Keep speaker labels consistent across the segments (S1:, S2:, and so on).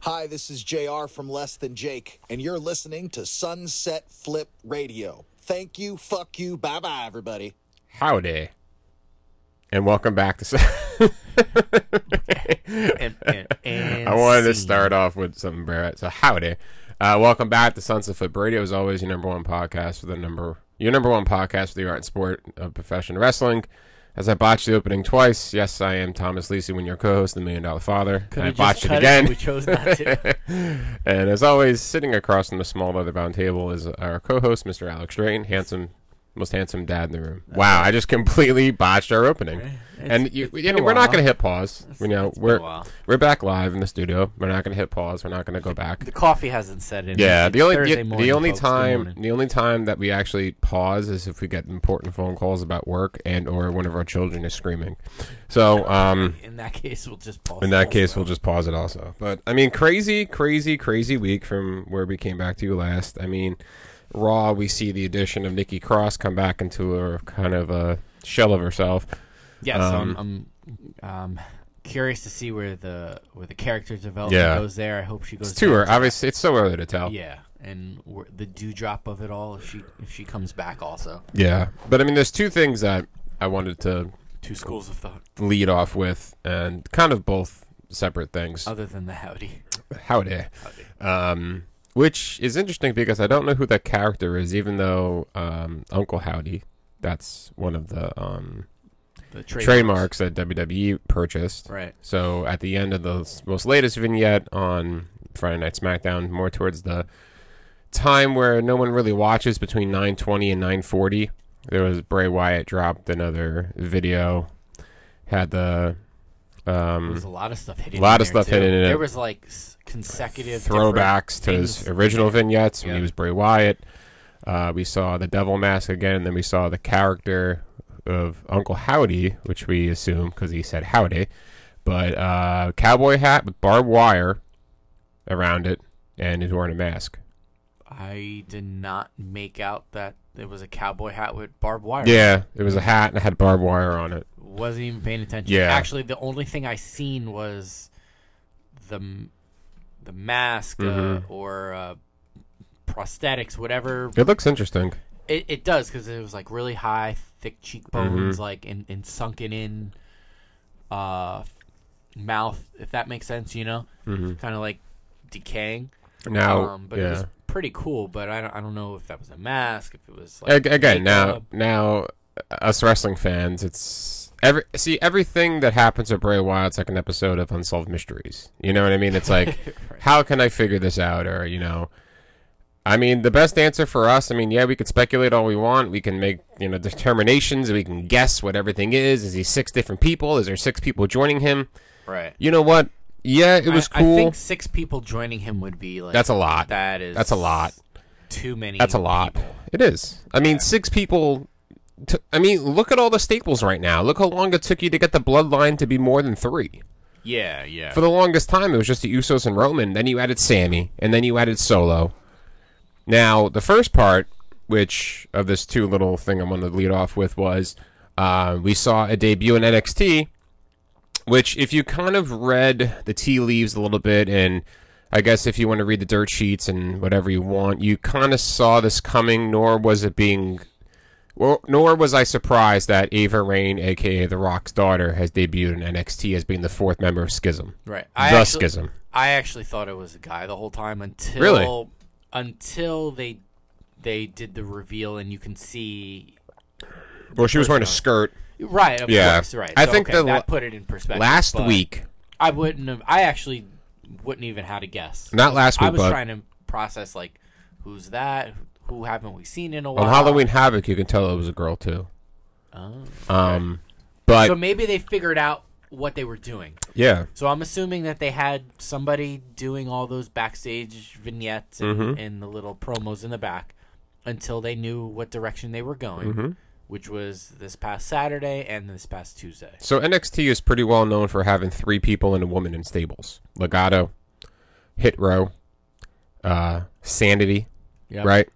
S1: Hi, this is JR from Less Than Jake, and you're listening to Sunset Flip Radio. Thank you, fuck you, bye bye, everybody.
S2: Howdy. And welcome back to. Sun-
S3: And, and, and
S2: I wanted to
S3: scene.
S2: start off with something, Barrett. So, howdy. Uh, welcome back to Sunset Flip Radio. As always, your number one podcast for the number your number one podcast for the art and sport of professional wrestling. As I botched the opening twice, yes, I am Thomas Lisi, when your co-host, the Million Dollar Father.
S3: Could
S2: I
S3: we just
S2: botched it
S3: cut
S2: again.
S3: but We chose not to.
S2: and as always, sitting across from the small leather bound table is our co host, Mr. Alex Drayton, handsome, most handsome dad in the room. Wow, I just completely botched our opening. and you, and
S3: a
S2: we're not
S3: while.
S2: going to hit pause. you know,
S3: it's been a
S2: we're
S3: while.
S2: we're back live in the studio. We're not going to hit pause. We're not going to go back.
S3: the coffee hasn't set in.
S2: Yeah,
S3: It's
S2: the only
S3: Thursday
S2: the,
S3: morning,
S2: the only
S3: folks. Good
S2: time
S3: morning.
S2: the only time that we actually pause is if we get important phone calls about work and or one of our children is screaming. So, um,
S3: In that case, we'll just pause.
S2: in that
S3: it.
S2: case, we'll just pause it also. But I mean, crazy, crazy, crazy week from where we came back to you last. I mean, Raw, we see the addition of Nikki Cross come back into a kind of a shell of herself.
S3: yeah. so I'm, I'm um, curious to see where the where the character development
S2: Yeah.
S3: goes there. I hope she goes
S2: It's too
S3: down
S2: early.
S3: to-
S2: Obviously, it's so early to tell.
S3: Yeah, and where, the dewdrop of it all. If she if she comes back, also
S2: Yeah. But I mean, there's two things that I wanted to
S3: two schools of thought
S2: lead off with, and kind of both separate things.
S3: other than the howdy.
S2: Howdy. Um, which is interesting because I don't know who that character is, even though um, Uncle Howdy, that's one of the. Um,
S3: The
S2: trademarks that WWE purchased.
S3: Right.
S2: So at the end of the s- most latest vignette on Friday Night SmackDown, more towards the time where no one really watches between 9:20 and 9:40, there was Bray Wyatt dropped another video, had the
S3: There was
S2: um,
S3: a lot of stuff hidden.
S2: Lot
S3: in
S2: of
S3: there,
S2: stuff hidden
S3: too.
S2: in it.
S3: There was like s- consecutive
S2: throwbacks to
S3: different
S2: his
S3: things.
S2: original vignettes when
S3: Yeah.
S2: he was Bray Wyatt. Uh, we saw the devil mask again, and then we saw the character of Uncle Howdy, which we assume because he said howdy, but uh, cowboy hat with barbed wire around it, and he's wearing a mask.
S3: I did not make out that it was a cowboy hat with barbed wire.
S2: Yeah, it was a hat and it had barbed wire on it.
S3: Wasn't even paying attention.
S2: Yeah.
S3: Actually, the only thing I seen was the m- the mask
S2: Mm-hmm.
S3: uh, or uh, prosthetics, whatever.
S2: It looks interesting.
S3: It, it does because it was like really high, thick cheekbones,
S2: Mm-hmm.
S3: like and, and sunken in uh, mouth. If that makes sense, you know, kind of like decaying.
S2: Now,
S3: um, but
S2: Mm-hmm. yeah.
S3: it was pretty cool. But I don't, I don't know if that was a mask, if it was like uh,
S2: Ag- again now
S3: makeup.
S2: now uh, us wrestling fans it's every see everything that happens at bray wyatt's like an episode of unsolved mysteries you know what i mean it's like how can i figure this out or you know i mean the best answer for us i mean yeah we could speculate all we want we can make you know determinations we can guess what everything is is he six different people is there six people joining him
S3: right.
S2: you know what yeah it was
S3: I,
S2: cool
S3: I think six people joining him would be like
S2: that's a lot
S3: that is
S2: that's a lot
S3: Too many.
S2: That's a lot.
S3: people.
S2: It is. I mean, six people. T- I mean, look at all the staples right now. Look how long it took you to get the bloodline to be more than three.
S3: Yeah, yeah.
S2: For the longest time, it was just the Usos and Roman. Then you added Sammy, and then you added Solo. Now, the first part, which of this two little thing I wanted to lead off with, was uh, we saw a debut in NXT, which, if you kind of read the tea leaves a little bit, and I guess if you want to read the dirt sheets and whatever you want, you kind of saw this coming, nor was it being. Well, nor was I surprised that Ava Rain, aka The Rock's daughter, has debuted in NXT as being the fourth member of Schism.
S3: right.
S2: The
S3: I actually,
S2: Schism.
S3: I actually thought it was a guy the whole time until
S2: Really?
S3: until they they did the reveal and you can see
S2: Well, she was wearing a skirt
S3: right. Of
S2: Yeah.
S3: course, right.
S2: I
S3: So,
S2: think
S3: okay,
S2: the la-
S3: that put it in perspective.
S2: last
S3: but
S2: week.
S3: I wouldn't have. I actually wouldn't even had a guess.
S2: Not last
S3: I
S2: week,
S3: was
S2: but
S3: trying to process like who's that? Who haven't we seen in a while?
S2: on Halloween Havoc, you can tell it was a girl too.
S3: Oh.
S2: Um, but
S3: So maybe they figured out what they were doing.
S2: yeah,
S3: So I'm assuming that they had somebody doing all those backstage vignettes and,
S2: Mm-hmm.
S3: and the little promos in the back until they knew what direction they were going,
S2: Mm-hmm.
S3: which was this past Saturday and this past Tuesday.
S2: so NXT is pretty well known for having three people and a woman in stables: Legato, Hit Row, uh, Sanity,
S3: Yeah.
S2: right?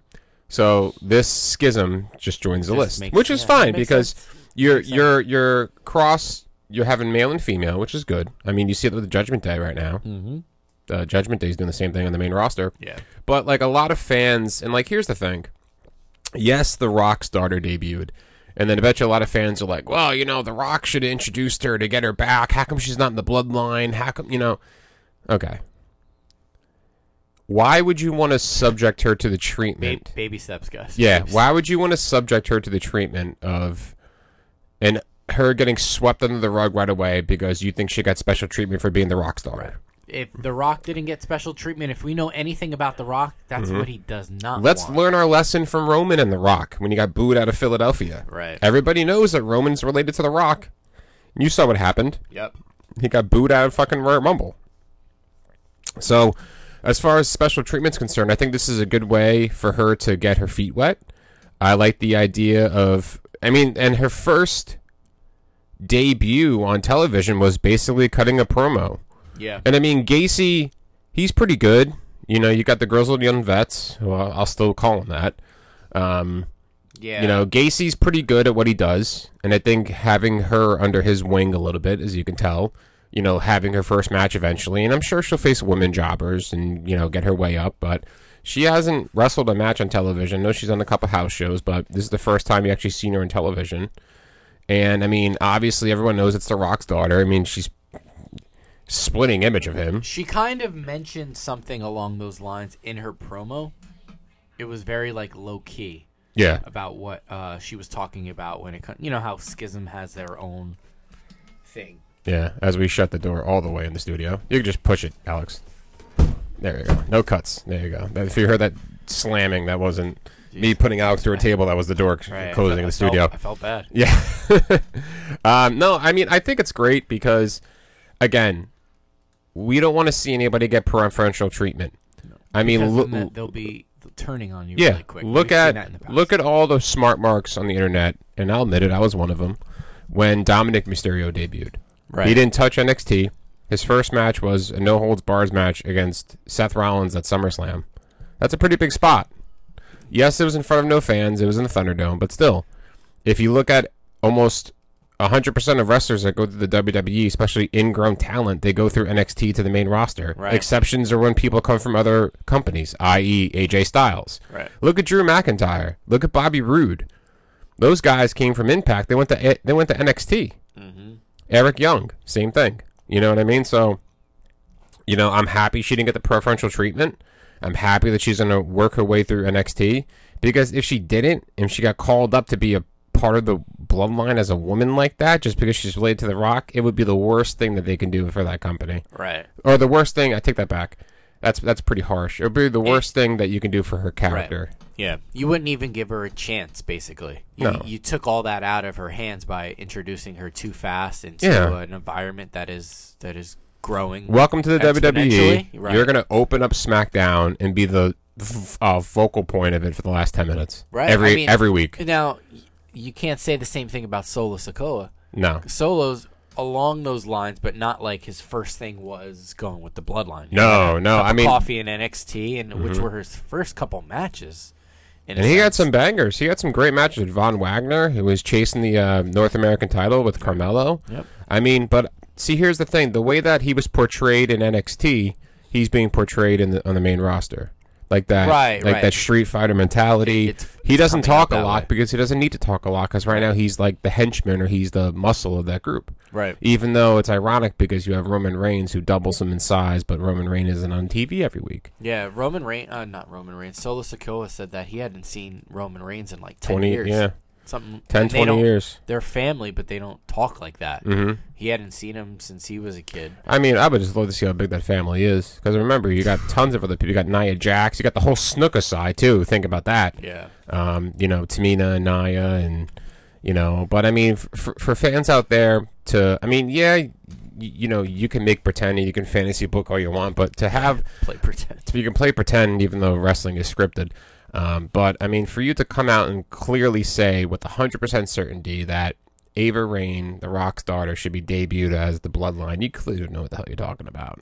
S2: So this schism just joins the
S3: Just
S2: list,
S3: makes-
S2: which is
S3: yeah,
S2: fine
S3: that makes
S2: because
S3: sense.
S2: you're you're you're cross. You're having male and female, which is good. I mean, you see it with the Judgment Day right now.
S3: Mhm.
S2: uh, Judgment Day is doing the same thing on the main roster.
S3: Yeah.
S2: But like a lot of fans, and like here's the thing. Yes, The Rock's daughter debuted. And then I bet you a lot of fans are like, well, you know, The Rock should have introduced her to get her back. How come she's not in the bloodline? How come, you know? Okay. Why would you want to subject her to the
S3: Ba-
S2: treatment?
S3: baby steps, guys.
S2: Yeah. Why would you want to subject her to the treatment of and her getting swept under the rug right away because you think she got special treatment for being the rock star?
S3: If The Rock didn't get special treatment, if we know anything about The Rock, that's what he does not
S2: Mm-hmm. Let's
S3: want.
S2: learn our lesson from Roman and The Rock when he got booed out of Philadelphia.
S3: Right.
S2: Everybody knows that Roman's related to The Rock. You saw what happened.
S3: Yep.
S2: He got booed out of fucking Royal Rumble. So, as far as special treatment's concerned, I think this is a good way for her to get her feet wet. I like the idea of, I mean, and her first debut on television was basically cutting a promo.
S3: Yeah.
S2: And I mean, Gacy, he's pretty good. You know, you got the grizzled young vets. Well, I'll still call him that. Um,
S3: Yeah.
S2: you know, Gacy's pretty good at what he does, and I think having her under his wing a little bit, as you can tell, you know, having her first match eventually, and I'm sure she'll face women jobbers and you know get her way up, but she hasn't wrestled a match on television. I know she's on a couple house shows, but this is the first time you actually seen her on television. And I mean, obviously, everyone knows it's The Rock's daughter. I mean, she's splitting image of him.
S3: She kind of mentioned something along those lines in her promo. It was very like low key
S2: Yeah,
S3: about what uh, she was talking about when it comes. You know how Schism has their own thing.
S2: yeah. As we shut the door all the way in the studio, you can just push it, Alex. There you go. No cuts. There you go. That- If you heard that slamming, that wasn't me putting Alex through a table. That was the door c-
S3: Right.
S2: closing
S3: I
S2: in the
S3: felt-
S2: studio.
S3: I felt bad.
S2: Yeah. um, no, I mean, I think it's great because, again, we don't want to see anybody get preferential treatment. I mean,
S3: Because
S2: look.
S3: then that- they'll be turning on you
S2: Yeah,
S3: really quick.
S2: look
S3: We've seen that in the
S2: at
S3: past.
S2: look at all the smart marks on the internet, and I'll admit it, I was one of them. When Dominic Mysterio debuted,
S3: Right.
S2: he didn't touch NXT. His first match was a no holds bars match against Seth Rollins at SummerSlam. That's a pretty big spot. Yes, it was in front of no fans. It was in the Thunderdome, but still, if you look at almost 100% of wrestlers that go to the WWE, especially ingrown talent, they go through NXT to the main roster.
S3: Right.
S2: Exceptions are when people come from other companies, i.e., AJ Styles.
S3: Right.
S2: Look at Drew McIntyre. Look at Bobby Roode. Those guys came from Impact. They went to eh, they went to NXT. Eric Young, same thing. You know what I mean? So, you know, I'm happy she didn't get the preferential treatment. I'm happy that she's going to work her way through NXT because if she didn't, if she got called up to be a part of the bloodline as a woman like that, just because she's related to The Rock, it would be the worst thing that they can do for that company.
S3: right.
S2: Or the worst thing, I take that back. That's that's pretty harsh. It would be the worst thing that you can do for her character.
S3: Yeah, you wouldn't even give her a chance. Basically, you,
S2: No.
S3: you took all that out of her hands by introducing her too fast into
S2: Yeah.
S3: an environment that is that is growing.
S2: Welcome to the WWE.
S3: Exponentially, right.
S2: You're going to open up SmackDown and be the v- uh, focal point of it for the last 10 minutes.
S3: Right,
S2: Every
S3: I mean-
S2: every week.
S3: Now, y- you can't say the same thing about Solo Sokoa.
S2: No.
S3: Solo's along those lines, but not like his first thing was going with the Bloodline.
S2: No, no. I mean, Mm-hmm.
S3: coffee and NXT, and which were his first couple matches. in a
S2: and he got
S3: sense.
S2: some bangers. He had some great matches with Von Wagner, who was chasing the uh, North American title with Carmelo.
S3: Yep.
S2: I mean, but see, here's the thing: the way that he was portrayed in NXT, he's being portrayed in the, on the main roster, like that,
S3: Right,
S2: like
S3: right.
S2: that Street Fighter mentality.
S3: It- it's-
S2: he
S3: it's
S2: doesn't
S3: coming up
S2: talk a
S3: that
S2: lot
S3: way.
S2: because he doesn't need to talk a lot because right now he's like the henchman or he's the muscle of that group.
S3: Right.
S2: Even though it's ironic because you have Roman Reigns who doubles him in size, but Roman Reigns isn't on TV every week.
S3: Yeah, Roman Reigns, uh, not Roman Reigns. Solo Sokoa said that he hadn't seen Roman Reigns in like 10
S2: Twenty,
S3: years.
S2: yeah,
S3: Something
S2: 10,
S3: and they
S2: 20
S3: don't-
S2: years. Mm-hmm.
S3: They're family, but they don't talk like that. He hadn't seen him since he was a kid.
S2: I mean, I would just love to see how big that family is. Because remember, you got tons of other people. You got Nia Jax. You got the whole snooker side too. Think about that.
S3: Yeah.
S2: Um, you know, Tamina and Nia, and you know. But I mean, for, for fans out there, to I mean, yeah, you, you know, you can make pretend and you can fantasy book all you want, but to have
S3: Play pretend.
S2: you can play pretend even though wrestling is scripted. Um, but I mean, for you to come out and clearly say with 100% certainty that Ava Rain, the Rock's daughter, should be debuted as the Bloodline, you clearly don't know what the hell you're talking about,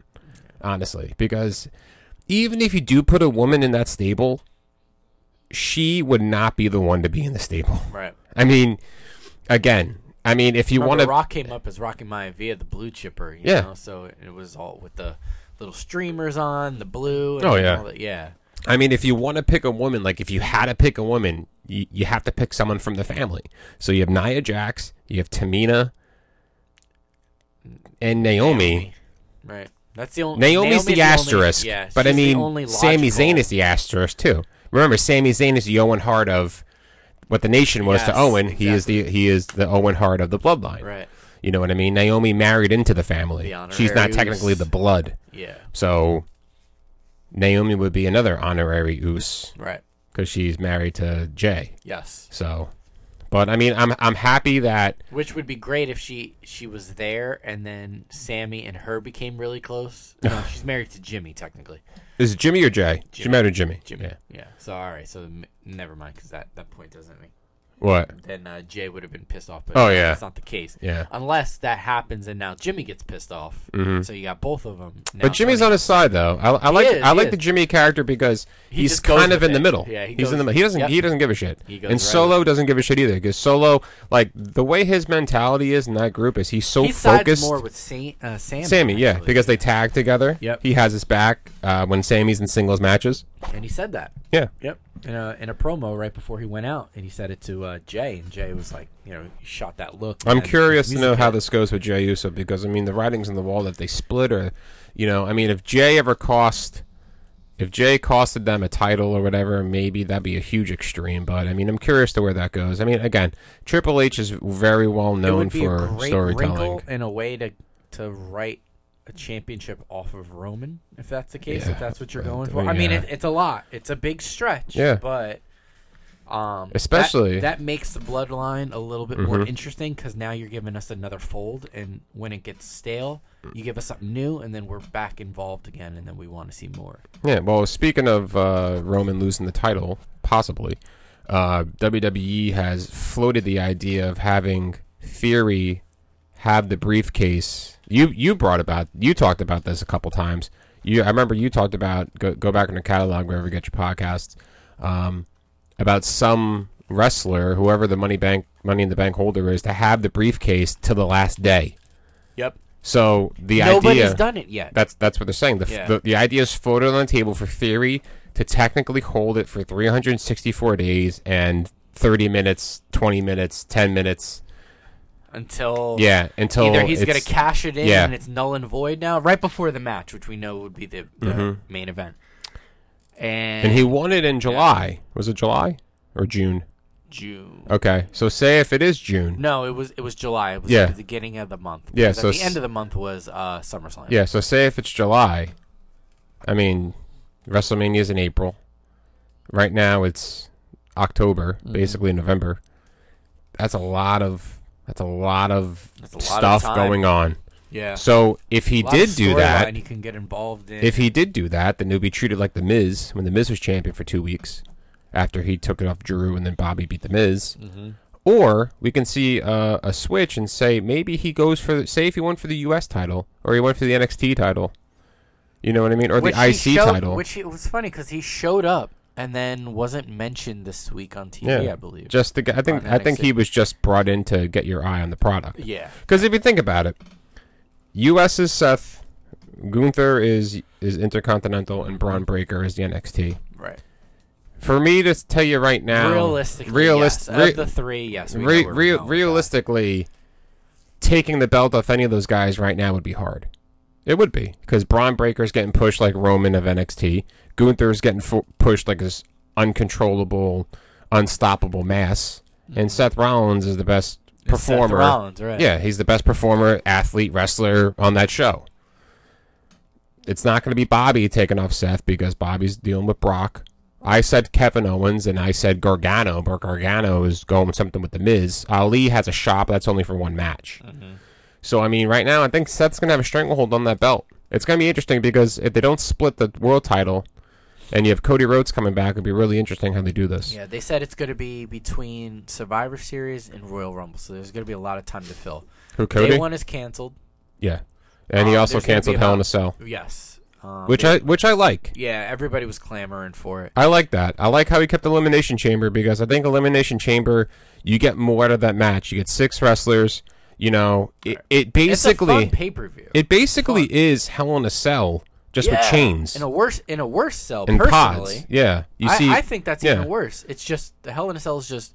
S2: honestly. Because even if you do put a woman in that stable, she would not be the one to be in the stable.
S3: Right.
S2: I mean, again, I mean, if you want to,
S3: Remember, Rock came up as Rocky Maivia, the blue chipper, you
S2: Yeah.
S3: know, so it was all with the little streamers on, the blue. And
S2: Oh, yeah.
S3: all that. yeah.
S2: I mean, if you want to pick a woman, like if you had to pick a woman, you, you have to pick someone from the family. So you have Nia Jax, you have Tamina, and Naomi.
S3: Right. That's the only
S2: Naomi's the asterisk,
S3: Only, yeah,
S2: but I
S3: she's the
S2: mean,
S3: only
S2: Sami
S3: logical-
S2: Zayn is the asterisk too. Remember, Sami Zayn is the Owen Hart of what the nation was
S3: Yes,
S2: to Owen. He is the he is the Owen Hart of the bloodline.
S3: right.
S2: You know what I mean? Naomi married into the family.
S3: The
S2: She's not
S3: honoraries.
S2: technically the blood,
S3: Yeah.
S2: so Naomi would be another honorary Oos
S3: Right.
S2: because she's married to Jay.
S3: Yes.
S2: So, but I mean, I'm I'm happy that
S3: Which would be great if she she was there and then Sammy and her became really close. No, she's married to Jimmy technically.
S2: is it Jimmy or Jay? She
S3: Jimmy.
S2: married Jimmy.
S3: Jimmy.
S2: Yeah.
S3: Yeah. So all right. So m- never mind because that that point doesn't make.
S2: What?
S3: Then uh, Jay would have been pissed off. But
S2: Oh,
S3: no,
S2: yeah.
S3: that's not the case.
S2: Yeah. Mm-hmm.
S3: Unless that happens and now Jimmy gets pissed off. So you got both of them.
S2: But Jimmy's on his side though. I, I like
S3: is,
S2: I
S3: he
S2: like
S3: is.
S2: the Jimmy character because
S3: He
S2: he's
S3: just goes
S2: kind of
S3: with
S2: in the
S3: it.
S2: middle.
S3: Yeah, he
S2: he's
S3: goes-
S2: in the middle. He doesn't
S3: yep.
S2: he doesn't give a shit.
S3: He goes
S2: and
S3: right
S2: Solo doesn't give a shit either because Solo like the way his mentality is in that group is he's so
S3: he sides
S2: focused.
S3: more with Sa- uh, Sammy.
S2: Sammy, yeah,
S3: actually.
S2: because they tag together.
S3: Yep.
S2: He has his back uh, when Sammy's in singles matches.
S3: and he said that.
S2: Yeah.
S3: Yep. In a in a promo right before he went out, and he said it to uh, Jay, and Jay was like, you know, he shot that look.
S2: I'm
S3: and
S2: curious to
S3: his
S2: know
S3: music
S2: how
S3: hit.
S2: this goes with Jay Uso because I mean the writing's on the wall that they split or, you know, I mean if Jay ever cost, if Jay costed them a title or whatever, maybe that'd be a huge extreme. But I mean I'm curious to where that goes. I mean again, Triple H is very well
S3: It
S2: known
S3: would be a
S2: for
S3: great
S2: storytelling.
S3: wrinkle and a way to to write a championship off of Roman, if that's the case,
S2: Yeah,
S3: if that's what you're
S2: but,
S3: going
S2: uh,
S3: for. I mean,
S2: yeah.
S3: it, it's a lot. It's a big stretch.
S2: Yeah.
S3: But. Um, that-
S2: Especially- Mm-hmm.
S3: that, makes the bloodline a little bit more interesting because now you're giving us another fold, and when it gets stale, you give us something new, and then we're back involved again, and then we want to see more.
S2: Yeah. Well, speaking of uh, Roman losing the title, possibly, uh, WWE has floated the idea of having Theory have the briefcase. You you brought about you talked about this a couple times. You I remember you talked about go, go back in the catalog wherever you get your podcasts um, about some wrestler, whoever the money bank money in the bank holder is, to have the briefcase till the last day.
S3: Yep.
S2: So the
S3: Nobody's
S2: idea
S3: done it yet.
S2: That's that's what they're saying. The,
S3: Yeah.
S2: the the idea is floated on the table for theory to technically hold it for 364 days and 30 minutes, 20 minutes, 10 minutes.
S3: until
S2: Yeah, until
S3: either he's gonna
S2: it's-
S3: cash it in
S2: yeah.
S3: and it's null and void now, right before the match, which we know would be the, the main event. And,
S2: Mm-hmm. And he won it in July. Was it July or June?
S3: June.
S2: Okay, so say if it is June.
S3: No, it was it was July. It was
S2: Yeah.
S3: the beginning of the month.
S2: Yeah,
S3: because
S2: so
S3: at the
S2: s-
S3: end of the month was uh, SummerSlam.
S2: Yeah, so say if it's July. I mean, WrestleMania is in April. Right now it's October,
S3: Mm-hmm.
S2: basically November. That's a lot of that's a lot of
S3: That's a lot of
S2: stuff
S3: time.
S2: going on.
S3: yeah.
S2: So if he
S3: Lots of
S2: did do that,
S3: storyline you can get involved in.
S2: if he did do that, then he'll be treated like the Miz when the Miz was champion for two weeks after he took it off Drew and then Bobby beat the Miz.
S3: Mm-hmm.
S2: Or we can see uh, a switch and say maybe he goes for say if he won for the U.S. title or he won for the NXT title, you know what I mean, or
S3: which
S2: the
S3: he
S2: IC
S3: showed-
S2: title.
S3: which he- it was funny because he showed up and then wasn't mentioned this week on TV.
S2: yeah,
S3: I believe.
S2: Just the guy. I think
S3: On
S2: I think
S3: NXT.
S2: he was just brought in to get your eye on the product.
S3: yeah.
S2: Because if you think about it, U.S. is Seth, Gunther is is Intercontinental, and Braun Breaker is the NXT.
S3: Right.
S2: For me to tell you right now,
S3: Realistically,
S2: realist-
S3: yes.
S2: re-
S3: of the three, yes. We
S2: re-
S3: know where we're
S2: re-
S3: going with that.
S2: realistically, taking the belt off any of those guys right now would be hard. It would be because Braun Breaker's getting pushed like Roman of NXT. Gunther's getting fo- pushed like this uncontrollable, unstoppable mass, and Seth Rollins is the best performer.
S3: Mm-hmm. Seth Rollins, right?
S2: Yeah, he's the best performer, athlete, wrestler on that show. It's not going to be Bobby taking off Seth because Bobby's dealing with Brock. I said Kevin Owens and I said Gargano, but Gargano is going something with The Miz. Ali has a shop that's only for one match.
S3: Mm-hmm.
S2: So, I mean, right now, I think Seth's going to have a stranglehold on that belt. It's going to be interesting because if they don't split the world title and you have Cody Rhodes coming back, it'd be really interesting how they do this.
S3: Yeah, they said it's going to be between Survivor Series and Royal Rumble, so there's going to be a lot of time to fill.
S2: Who, Cody?
S3: Day one is canceled.
S2: yeah. And he
S3: Um,
S2: also
S3: there's gonna be
S2: canceled Hell in a
S3: about-
S2: Cell,
S3: Yes. Um,
S2: which
S3: they-
S2: I which I like.
S3: yeah, everybody was clamoring for it.
S2: I like that. I like how he kept Elimination Chamber because I think Elimination Chamber, you get more out of that match. You get six wrestlers. You know, it, it
S3: It's a fun
S2: basically
S3: pay per view.
S2: it basically is Hell in a Cell just with chains
S3: In a worse in a worse cell
S2: and
S3: personally.
S2: pods. Yeah, you see,
S3: I, I think that's
S2: yeah.
S3: even worse. It's just the Hell in a Cell is just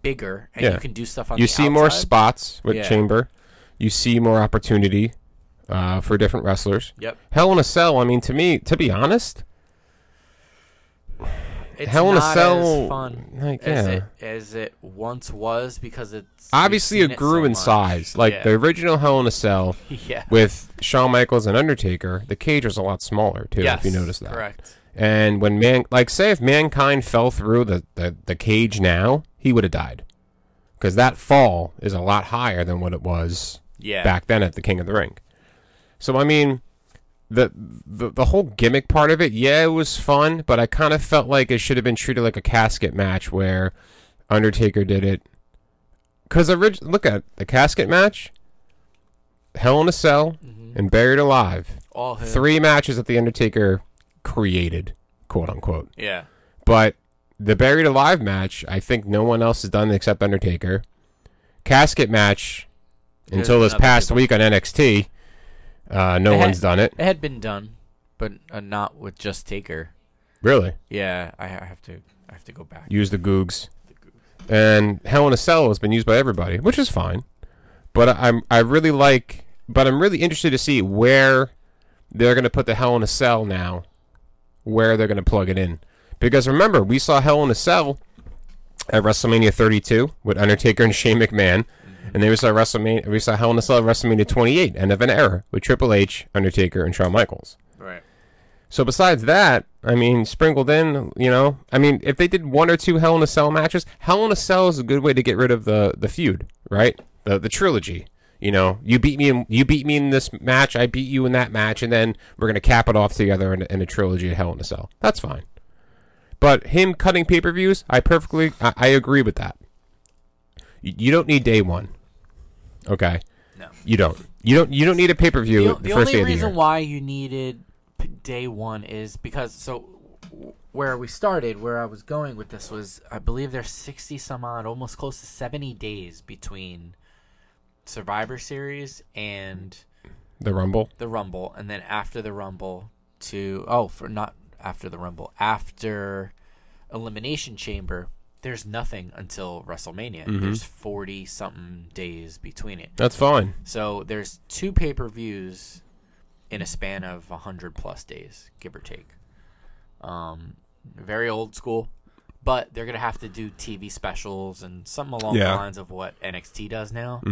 S3: bigger, and
S2: Yeah.
S3: you can do stuff on
S2: you
S3: the
S2: see more
S3: outside.
S2: spots with
S3: Yeah.
S2: chamber. You see more opportunity uh, for different wrestlers.
S3: Yep.
S2: Hell in a Cell. I mean, to me, to be honest,
S3: It's
S2: Hell in a
S3: not
S2: Cell,
S3: as fun
S2: like,
S3: as
S2: yeah.
S3: it as it once was because it's
S2: obviously
S3: we've
S2: it
S3: seen
S2: grew
S3: so
S2: in
S3: much.
S2: size. Like
S3: Yeah.
S2: the original Hell in a Cell
S3: yeah.
S2: with Shawn Michaels and Undertaker, the cage was a lot smaller too.
S3: yes,
S2: if you notice that,
S3: correct.
S2: And when man, like, say if mankind fell through the the, the cage now, he would have died, because that fall is a lot higher than what it was
S3: Yeah,
S2: back then at the King of the Ring. So I mean, the the, the whole gimmick part of it, yeah, it was fun, but I kind of felt like it should have been treated like a casket match where Undertaker did it. Cause orig- look at the casket match, Hell in a Cell, and Buried Alive,
S3: all him.
S2: three matches that the Undertaker created, quote unquote.
S3: Yeah,
S2: But the buried alive match, I think no one else has done except Undertaker. Casket match until this
S3: another
S2: past week on NXT, uh, no
S3: It had-
S2: one's done it.
S3: it had been done, but uh, not with just Taker.
S2: Really,
S3: Yeah, I ha- I have to I have to go back.
S2: use the Googs, and Hell in a Cell has been used by everybody, which is fine. But I- I'm I really like, but I'm really interested to see where they're gonna put the Hell in a Cell now, where they're gonna plug it in. Because remember, we saw Hell in a Cell at WrestleMania 32 with Undertaker and Shane McMahon. And then we saw WrestleMania, we saw Hell in a Cell at WrestleMania 28, End of an Era, with Triple H, Undertaker, and Shawn Michaels.
S3: Right.
S2: So besides that, I mean, sprinkled in, you know, I mean, if they did one or two Hell in a Cell matches, Hell in a Cell is a good way to get rid of the the feud, right? The the trilogy. You know, you beat me in you beat me in this match, I beat you in that match, and then we're gonna cap it off together in, in a trilogy of Hell in a Cell. That's fine. But him cutting pay per views, I perfectly I, I agree with that. You, you don't need day one. Okay.
S3: No.
S2: You don't. You don't. You don't need a pay per view
S3: The,
S2: the,
S3: the
S2: first day
S3: only
S2: of the year.
S3: reason why you needed p- day one is because so w- where we started, where I was going with this was I believe there's sixty some odd, almost close to seventy days between Survivor Series and
S2: the Rumble.
S3: the Rumble, and then after the Rumble to oh for not after the Rumble after Elimination Chamber. There's nothing until WrestleMania. There's forty something days between it.
S2: That's fine.
S3: So there's two pay per views in a span of 100 plus days, give or take. Um, very old school, but they're going to have to do TV specials and something along
S2: Yeah.
S3: the lines of what NXT does now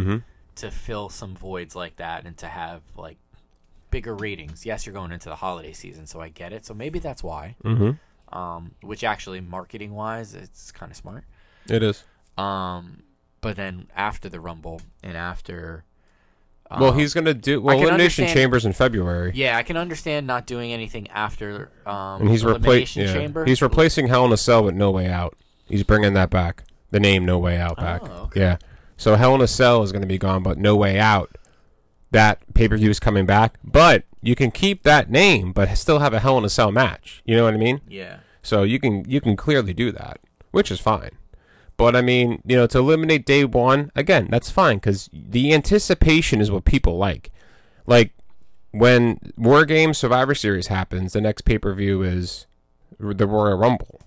S3: to fill some voids like that and to have like bigger ratings. Yes, you're going into the holiday season, so I get it. So maybe that's why.
S2: Mm.
S3: Mm-hmm. Um, which actually, marketing wise, it's kind of smart.
S2: It is.
S3: Um, but then after the Rumble and after
S2: Well, he's gonna do well.
S3: can
S2: Elimination
S3: understand-
S2: Chambers in February,
S3: Yeah, I can understand not doing anything after um,
S2: and he's
S3: elimination
S2: replacing.
S3: chamber.
S2: He's replacing Hell in a Cell with No Way Out. He's bringing that back. The name No Way Out back.
S3: Oh, okay.
S2: Yeah. So Hell in a Cell is gonna be gone, but No Way Out, that pay per view is coming back. But you can keep that name, but still have a Hell in a Cell match. You know what I mean?
S3: yeah,
S2: So you can you can clearly do that, which is fine. But I mean, you know, to eliminate day one again, that's fine because the anticipation is what people like. Like when War Games Survivor Series happens, the next pay per view is the Royal Rumble.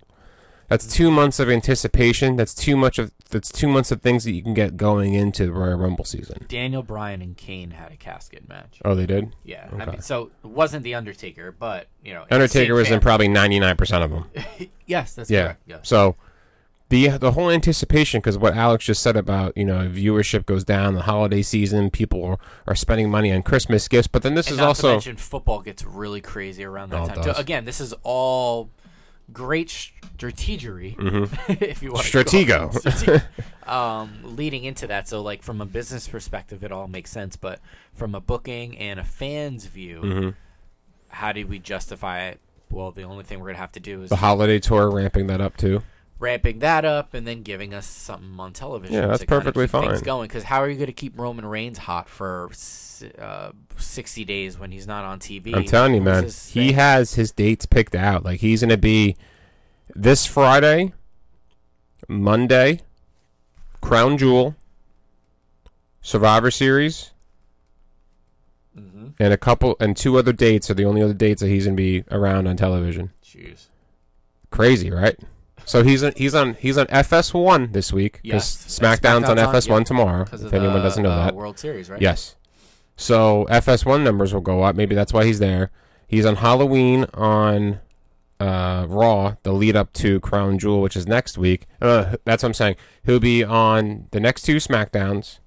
S2: That's two months of anticipation. That's too much of that's two months of things that you can get going into the Royal Rumble season.
S3: Daniel Bryan and Kane had a casket match.
S2: Oh, they did.
S3: Yeah, I mean, so it wasn't the Undertaker, but you know, it's the
S2: Undertaker
S3: same
S2: was in
S3: fam-
S2: probably ninety nine percent of them.
S3: Yes, that's
S2: Yeah.
S3: correct. Yes.
S2: So the the whole anticipation, because what Alex just said about you know viewership goes down, the holiday season, people are, are spending money on Christmas gifts, but then this
S3: And
S2: is
S3: not to
S2: also
S3: mention football gets really crazy around that
S2: Oh, it
S3: time.
S2: does.
S3: So again, this is all great strategery, if you want
S2: Mm-hmm. Stratego.
S3: to call it. Strate- um, leading into that, so like from a business perspective, it all makes sense. But from a booking and a fan's view,
S2: Mm-hmm.
S3: how do we justify it? Well, the only thing we're gonna have to do is
S2: the holiday tour ramping that up too.
S3: ramping that up and then giving us something on television.
S2: Yeah, that's
S3: to kinda
S2: perfectly
S3: keep Things
S2: fine.
S3: going because how are you going to keep Roman Reigns hot for s- uh, sixty days when he's not on TV?
S2: I'm telling you,
S3: Who's
S2: man,
S3: his
S2: he
S3: thing?
S2: has his dates picked out. Like he's gonna be this Friday, Monday, Crown Jewel, Survivor Series,
S3: Mm-hmm.
S2: and a couple and two other dates are the only other dates that he's gonna be around on television.
S3: Jeez.
S2: Crazy, right? So he's on, he's on he's on FS1 this week 'cause
S3: Yes.
S2: SmackDown's, on
S3: SmackDown's on,
S2: FS1
S3: yeah.
S2: tomorrow.
S3: Because
S2: If
S3: of
S2: anyone
S3: the
S2: doesn't know
S3: uh,
S2: that,
S3: World Series, right?
S2: yes. So FS1 numbers will go up. Maybe that's why he's there. He's on Halloween on uh, Raw, the lead up to Crown Jewel, which is next week. Uh, that's what I'm saying. He'll be on the next two SmackDowns,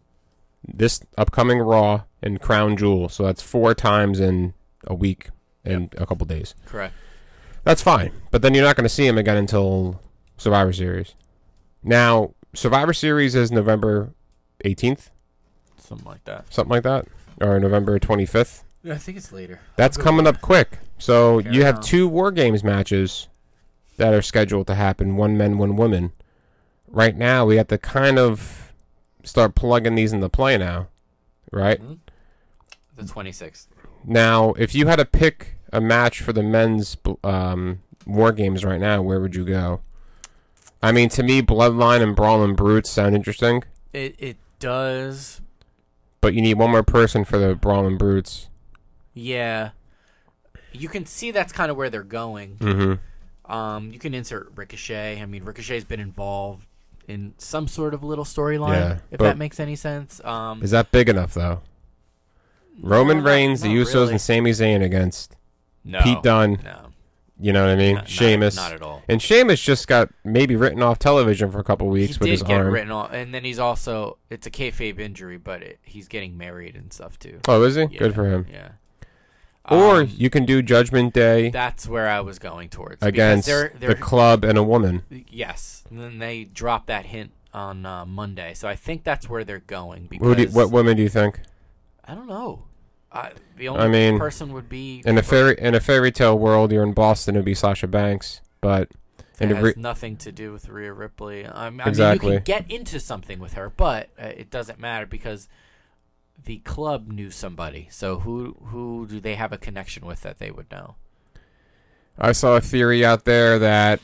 S2: this upcoming Raw, and Crown Jewel. So that's four times in a week and a couple days.
S3: Correct.
S2: That's fine. But then you're not going to see him again until Survivor Series. Now, Survivor Series is November 18th,
S3: Something like that.
S2: something like that, or November 25th.
S3: I think it's later.
S2: That's coming up quick. So
S3: Okay,
S2: you have
S3: now.
S2: two War Games matches that are scheduled to happen one men, one woman. Right now, we have to kind of start plugging these into play now, right?
S3: The 26th.
S2: Now, if you had to pick a match for the men's um, war games right now, where would you go? I mean, to me, Bloodline and Brawl and Brutes sound interesting,
S3: It it does.
S2: but you need one more person for the Brawl and Brutes.
S3: Yeah. You can see that's kind of where they're going.
S2: Mm-hmm.
S3: Um, you can insert Ricochet. I mean, Ricochet's been involved in some sort of little storyline,
S2: Yeah,
S3: if
S2: but-
S3: that makes any sense. Um,
S2: Is that big enough though? Roman
S3: not-
S2: Reigns, the
S3: not
S2: Usos,
S3: really.
S2: and Sami Zayn against
S3: no,
S2: Pete Dunne.
S3: No,
S2: You know what I mean?
S3: not,
S2: Sheamus.
S3: Not, at all.
S2: And Sheamus just got maybe written off television for a couple
S3: He
S2: weeks with
S3: did
S2: his
S3: get
S2: arm.
S3: written off, and then he's also it's a kayfabe injury, but it, he's getting married and stuff too.
S2: Oh, is he?
S3: Yeah,
S2: Good for him.
S3: Yeah.
S2: or
S3: Um,
S2: you can do Judgment Day
S3: that's where I was going towards because
S2: against
S3: they're, they're
S2: the club and a woman.
S3: Yes. And then they dropped that hint on uh, Monday. So I think that's where they're going because
S2: Who do you- what women do you think?
S3: I don't know. I, the only
S2: I mean,
S3: person would be
S2: In a fairy in a fairy tale world, you're in Boston. It'd be Sasha Banks, but
S3: that
S2: in a
S3: has
S2: re-
S3: nothing to do with Rhea Ripley. I, mean- I
S2: Exactly.
S3: mean, you can get into something with her, but uh, it doesn't matter because the club knew somebody. So who who do they have a connection with that they would know?
S2: I saw a theory out there that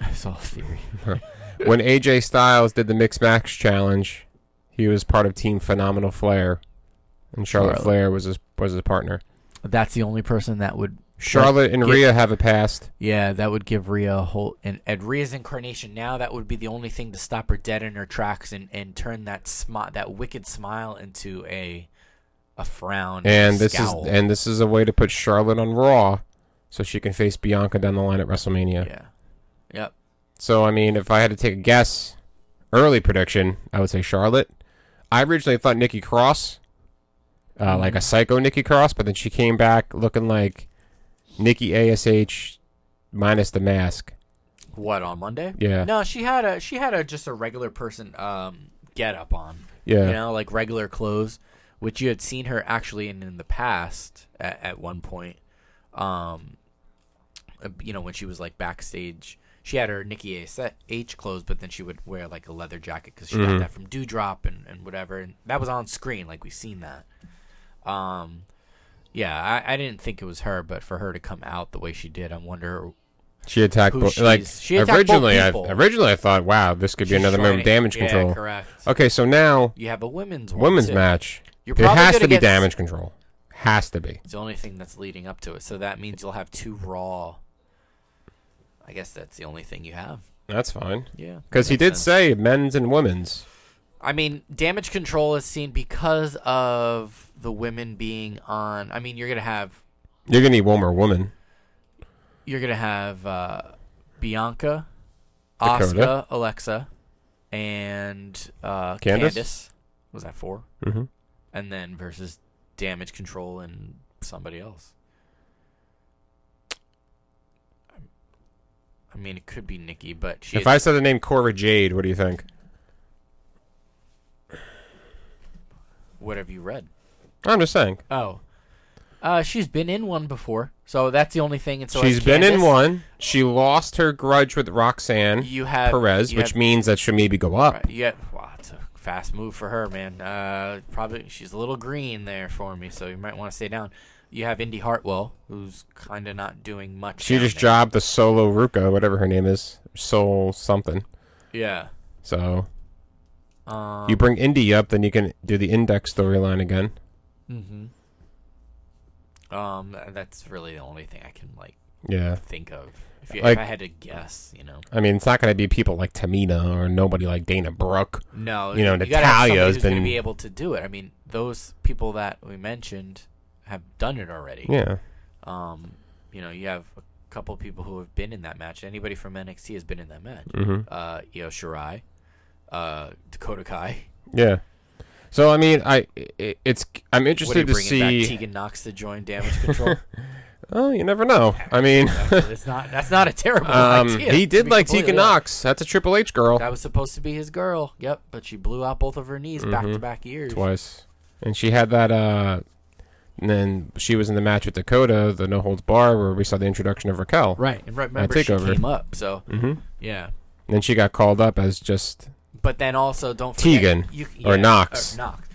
S3: I saw a theory.
S2: when AJ Styles did the Mix Max challenge, he was part of Team Phenomenal Flair, and Charlotte
S3: Charlotte.
S2: Flair was his was his partner.
S3: That's the only person that would
S2: Charlotte and
S3: get-
S2: Rhea have a past.
S3: Yeah, that would give Rhea a whole and at Rhea's incarnation now that would be the only thing to stop her dead in her tracks and, and turn that smi- that wicked smile into a a frown
S2: And
S3: a
S2: this
S3: scowl.
S2: is and this is a way to put Charlotte on Raw, so she can face Bianca down the line at WrestleMania.
S3: yeah. Yep.
S2: So I mean, if I had to take a guess, early prediction, I would say Charlotte. I originally thought Nikki Cross, uh,
S3: Mm-hmm.
S2: like a psycho Nikki Cross, but then she came back looking like Nikki Ash minus the mask.
S3: What on Monday?
S2: Yeah.
S3: No, she had a she had a just a regular person um get up on.
S2: Yeah,
S3: You know, like regular clothes, which you had seen her actually in in the past at, at one point. Um, uh, you know, when she was like backstage, she had her Nikki A- H clothes, but then she would wear like a leather jacket because she
S2: Mm-hmm.
S3: got that from Dewdrop and, and whatever. And that was on screen, like we've seen that. Um, yeah, I, I didn't think it was her, but for her to come out the way she did, I wonder.
S2: she attacked
S3: Who
S2: bo-
S3: she's-
S2: like
S3: she attacked both
S2: originally. I
S3: people.
S2: originally I thought, wow, this could be another member of damage
S3: Yeah,
S2: control.
S3: correct.
S2: Okay, so now
S3: You have a women's one,
S2: women's
S3: too.
S2: match.
S3: You're
S2: it
S3: probably
S2: has to
S3: gonna
S2: be
S3: get-
S2: damage control. Has to be.
S3: It's the only thing that's leading up to it. So that means you'll have two Raw. I guess that's the only thing you have.
S2: That's fine.
S3: Yeah.
S2: Because he
S3: makes
S2: did
S3: sense.
S2: say men's and women's.
S3: I mean, damage control is seen because of the women being on. I mean, you're gonna have
S2: You're gonna need one more woman.
S3: you're gonna have uh, Bianca,
S2: Dakota.
S3: Asuka, Alexa, and uh,
S2: Candace?
S3: Candace. Was that 4
S2: Mhm.
S3: And then versus damage control and somebody else. I mean, it could be Nikki, but she.
S2: If I said the name Cora Jade, what do you think?
S3: what have you read?
S2: I'm just saying.
S3: Oh, uh, she's been in one before, so that's the only thing. And so
S2: She's
S3: has
S2: been in
S3: Candace.
S2: one. She lost her grudge with Roxanne
S3: You have
S2: Perez,
S3: you
S2: which
S3: have-
S2: means that should maybe go up.
S3: Right, Yeah, wow, it's a fast move for her, man. Uh, probably she's a little green there for me, so you might want to stay down. You have Indy Hartwell, who's kind of not doing much.
S2: She
S3: down
S2: just
S3: there.
S2: jobbed the solo Ruka, whatever her name is, Soul something.
S3: Yeah.
S2: So
S3: Um,
S2: you bring Indy up, then you can do the Index storyline again.
S3: mhm.
S2: Mm-hmm.
S3: Um, that's really the only thing I can like
S2: Yeah.
S3: think of. If, you,
S2: Like-
S3: if I had to guess, you know,
S2: I mean, it's not going to be people like Tamina or nobody like Dana Brooke.
S3: no,
S2: You know,
S3: gotta have somebody
S2: Natalia's
S3: who's going
S2: been-
S3: to be able to do it. I mean, those people that we mentioned have done it already.
S2: Yeah.
S3: Um, you know, you have a couple people who have been in that match. Anybody from NXT has been in that
S2: Mm.
S3: match.
S2: Mm-hmm.
S3: Uh, Io Shirai, uh, Dakota Kai.
S2: Yeah. So I mean, I i it's I'm
S3: What are you
S2: interested to
S3: bringing back
S2: see.
S3: Tegan Knox to join Damage Control?
S2: Oh, you never know. I mean,
S3: it's not. That's not a terrible
S2: um,
S3: idea.
S2: he
S3: to
S2: did
S3: be
S2: like
S3: completely
S2: Tegan
S3: honest.
S2: Knox. That's a Triple H girl
S3: That was supposed to be his girl. Yep, but she blew out both of her knees back to back years.
S2: Mm-hmm. twice, and she had that. uh And then she was in the match with Dakota, the No Holds Bar, where we saw the introduction of Raquel.
S3: Right, and right, remember she
S2: TakeOver.
S3: came up. So
S2: Mm-hmm.
S3: yeah,
S2: And then she got called up as just
S3: but then also don't forget,
S2: Tegan
S3: you-
S2: or
S3: yeah,
S2: Knox.
S3: or Knox,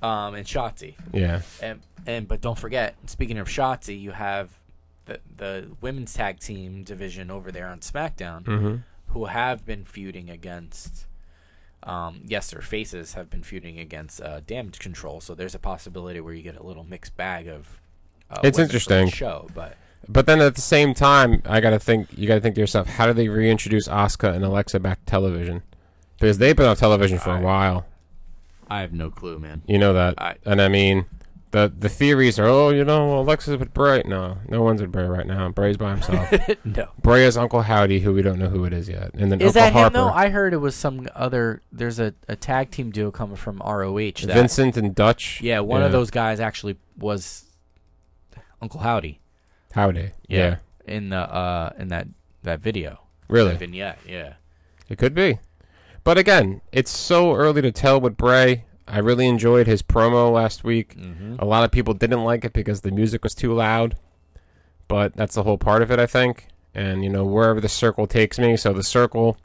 S3: um, and Shotzi,
S2: Yeah.
S3: and and but don't forget. Speaking of Shotzi, you have the the women's tag team division over there on SmackDown,
S2: Mm-hmm.
S3: who have been feuding against. Um, yes, their faces have been feuding against uh, Damage Control, so there's a possibility where you get a little mixed bag of. Uh,
S2: It's
S3: women from the
S2: interesting.
S3: show, but
S2: But then at the same time, I gotta think. You gotta think to yourself, how do they reintroduce Asuka and Alexa back to television? Because they've been on television for a while.
S3: I have no clue, man.
S2: You know that.
S3: I-
S2: and I mean, the the theories are, oh, you know, Alexa's with Bray. No, no one's with Bray right now. Bray's by himself.
S3: no.
S2: Bray is Uncle Howdy, who we don't know who it is yet. And then
S3: Is
S2: Uncle
S3: that him
S2: Harper.
S3: though? I heard it was some other. There's a, a tag team duo coming from ROH. That,
S2: Vincent and Dutch.
S3: Yeah, one of those guys actually was Uncle Howdy.
S2: Howdy. Yeah.
S3: In the uh in that that video.
S2: Really?
S3: That vignette. Yeah.
S2: It could be. But again, it's so early to tell with Bray. I really enjoyed his promo last week.
S3: Mm-hmm.
S2: A lot of people didn't like it because the music was too loud. But that's the whole part of it, I think. And you know, wherever the circle takes me, so the circle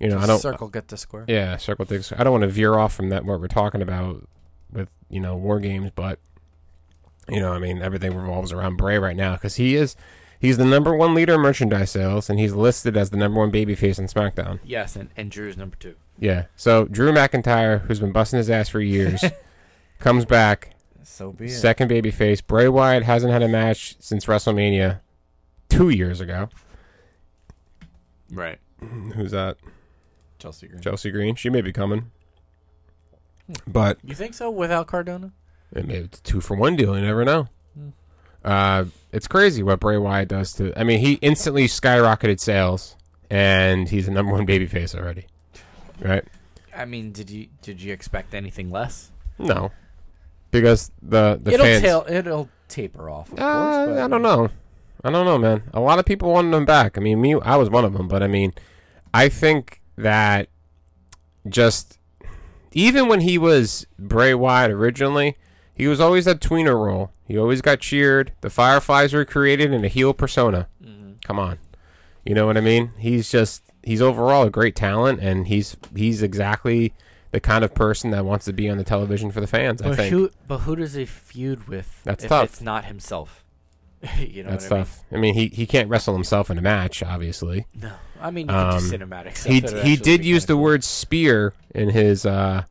S2: you know, I don't
S3: circle get the square.
S2: Yeah, circle things. I don't want to veer off from that what we're talking about with you know war games, but you know, I mean, everything revolves around Bray right now because he is he's the number one leader in merchandise sales, and he's listed as the number one babyface on SmackDown.
S3: Yes, and, and Drew's number two.
S2: Yeah, so Drew McIntyre, who's been busting his ass for years, comes back
S3: So be
S2: second babyface. Bray Wyatt hasn't had a match since WrestleMania two years ago.
S3: Right.
S2: Who's that?
S3: Chelsea Green.
S2: Chelsea Green. She may be coming, but
S3: You think so without Cardona?
S2: It may- It's a two for one deal. You never know.
S3: Hmm.
S2: Uh, it's crazy what Bray Wyatt does to. I mean, he instantly skyrocketed sales, and he's the number one babyface already. Right?
S3: I mean, did you did you expect anything less?
S2: No, because the the
S3: it'll
S2: fans.
S3: tail it'll taper off. Of
S2: Uh,
S3: course, but-
S2: I don't know. I don't know, man. A lot of people wanted him back. I mean, me, I was one of them. But I mean, I think that just even when he was Bray Wyatt originally, he was always that tweener role. He always got cheered. The Fireflies were created in a heel persona.
S3: Mm-hmm.
S2: Come on, you know what I mean? He's just he's overall a great talent, and he's he's exactly the kind of person that wants to be on the television for the fans. I
S3: But
S2: think
S3: who, but who does he feud with?
S2: That's
S3: if
S2: tough.
S3: It's not himself. you know
S2: that's
S3: what I
S2: tough. I mean, he he can't wrestle himself in a match, obviously.
S3: mean? No, I mean you could do cinematics.
S2: Um, he he did use the word spear in his uh,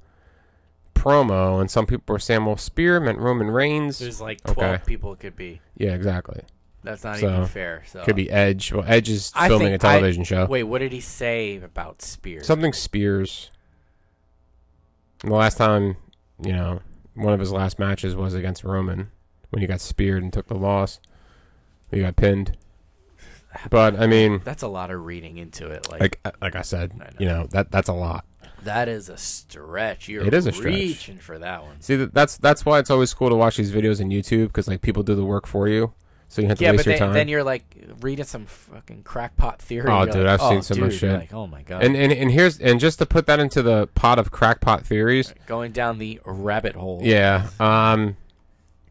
S2: promo, and some people were saying, "Well, spear meant Roman Reigns."
S3: There's like
S2: Okay.
S3: twelve people it could be.
S2: yeah, exactly.
S3: That's not
S2: So,
S3: even fair. So
S2: Could be Edge. Well, Edge is
S3: Uh, I
S2: filming
S3: think
S2: a television
S3: I-
S2: show.
S3: Wait, what did he say about Spear?
S2: Something spears. And the last time, you know, one of his last matches was against Roman when he got speared and took the loss. He got pinned. But I mean,
S3: That's a lot of reading into it. Like,
S2: like uh, like I said, you know that that's a lot.
S3: that is a stretch. You're
S2: It is a stretch.
S3: reaching for that one.
S2: See, th- that's that's why it's always cool to watch these videos on YouTube because like people do the work for you, so you don't have to
S3: Yeah,
S2: waste
S3: but
S2: your
S3: then,
S2: time.
S3: then you're like reading some fucking crackpot theory.
S2: Oh,
S3: You're
S2: dude,
S3: like,
S2: I've
S3: "Oh,
S2: seen so much
S3: dude," you're
S2: shit.
S3: Like, oh my god.
S2: and, and and here's and just to put that into the pot of crackpot theories.
S3: going down the rabbit hole.
S2: Yeah. Um,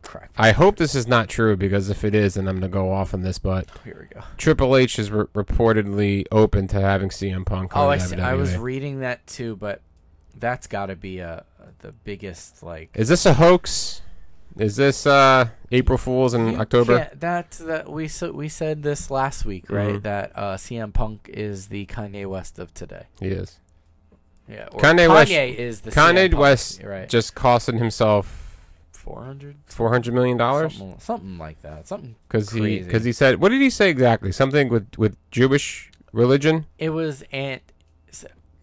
S3: Crack.
S2: I hope this is not true because if it is, then I'm gonna go off on this. But
S3: Here we go.
S2: Triple H is re- reportedly open to having CM Punk.
S3: Oh,
S2: on E.
S3: I, see. I was
S2: WWE.
S3: reading that too, but that's got to be a, the biggest like.
S2: is this a hoax? Is this uh April Fools in
S3: You
S2: October?
S3: can't- That's that we so, we said this last week, right?
S2: Mm-hmm.
S3: That uh, CM Punk is the Kanye West of today.
S2: He is.
S3: Yeah, or
S2: Kanye
S3: Kanye
S2: West-
S3: is the CM
S2: Kanye
S3: Punk,
S2: West
S3: right?
S2: just costing himself
S3: four hundred
S2: Four hundred million dollars.
S3: something, something like that. Something
S2: Because he
S3: crazy.
S2: because he said what did he say exactly? Something with with Jewish religion.
S3: it was and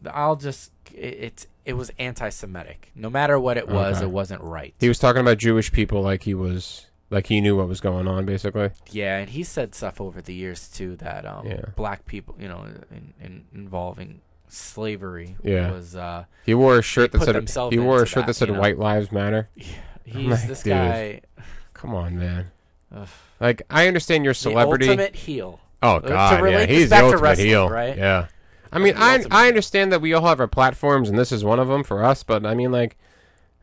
S3: I'll just it, it's it was anti-Semitic. No matter what it was,
S2: Okay.
S3: it wasn't right.
S2: He was talking about Jewish people like he was like he knew what was going on basically.
S3: Yeah, and he said stuff over the years too that um,
S2: Yeah.
S3: black people, you know, in, in involving slavery
S2: Yeah.
S3: was uh,
S2: He wore a shirt
S3: They
S2: that
S3: put
S2: said
S3: themselves
S2: he wore a
S3: into
S2: shirt
S3: that,
S2: that said
S3: you know?
S2: White Lives Matter.
S3: he's
S2: like,
S3: this
S2: dude,
S3: guy
S2: Come on, man.
S3: Ugh.
S2: Like I understand your celebrity.
S3: the ultimate heel.
S2: oh
S3: to
S2: God, yeah,
S3: relate this
S2: he's the
S3: back to
S2: ultimate
S3: wrestling,
S2: heel,
S3: right?
S2: Yeah. I mean,
S3: the
S2: I
S3: ultimate
S2: I
S3: heel.
S2: understand that we all have our platforms, and this is one of them for us. But I mean, like,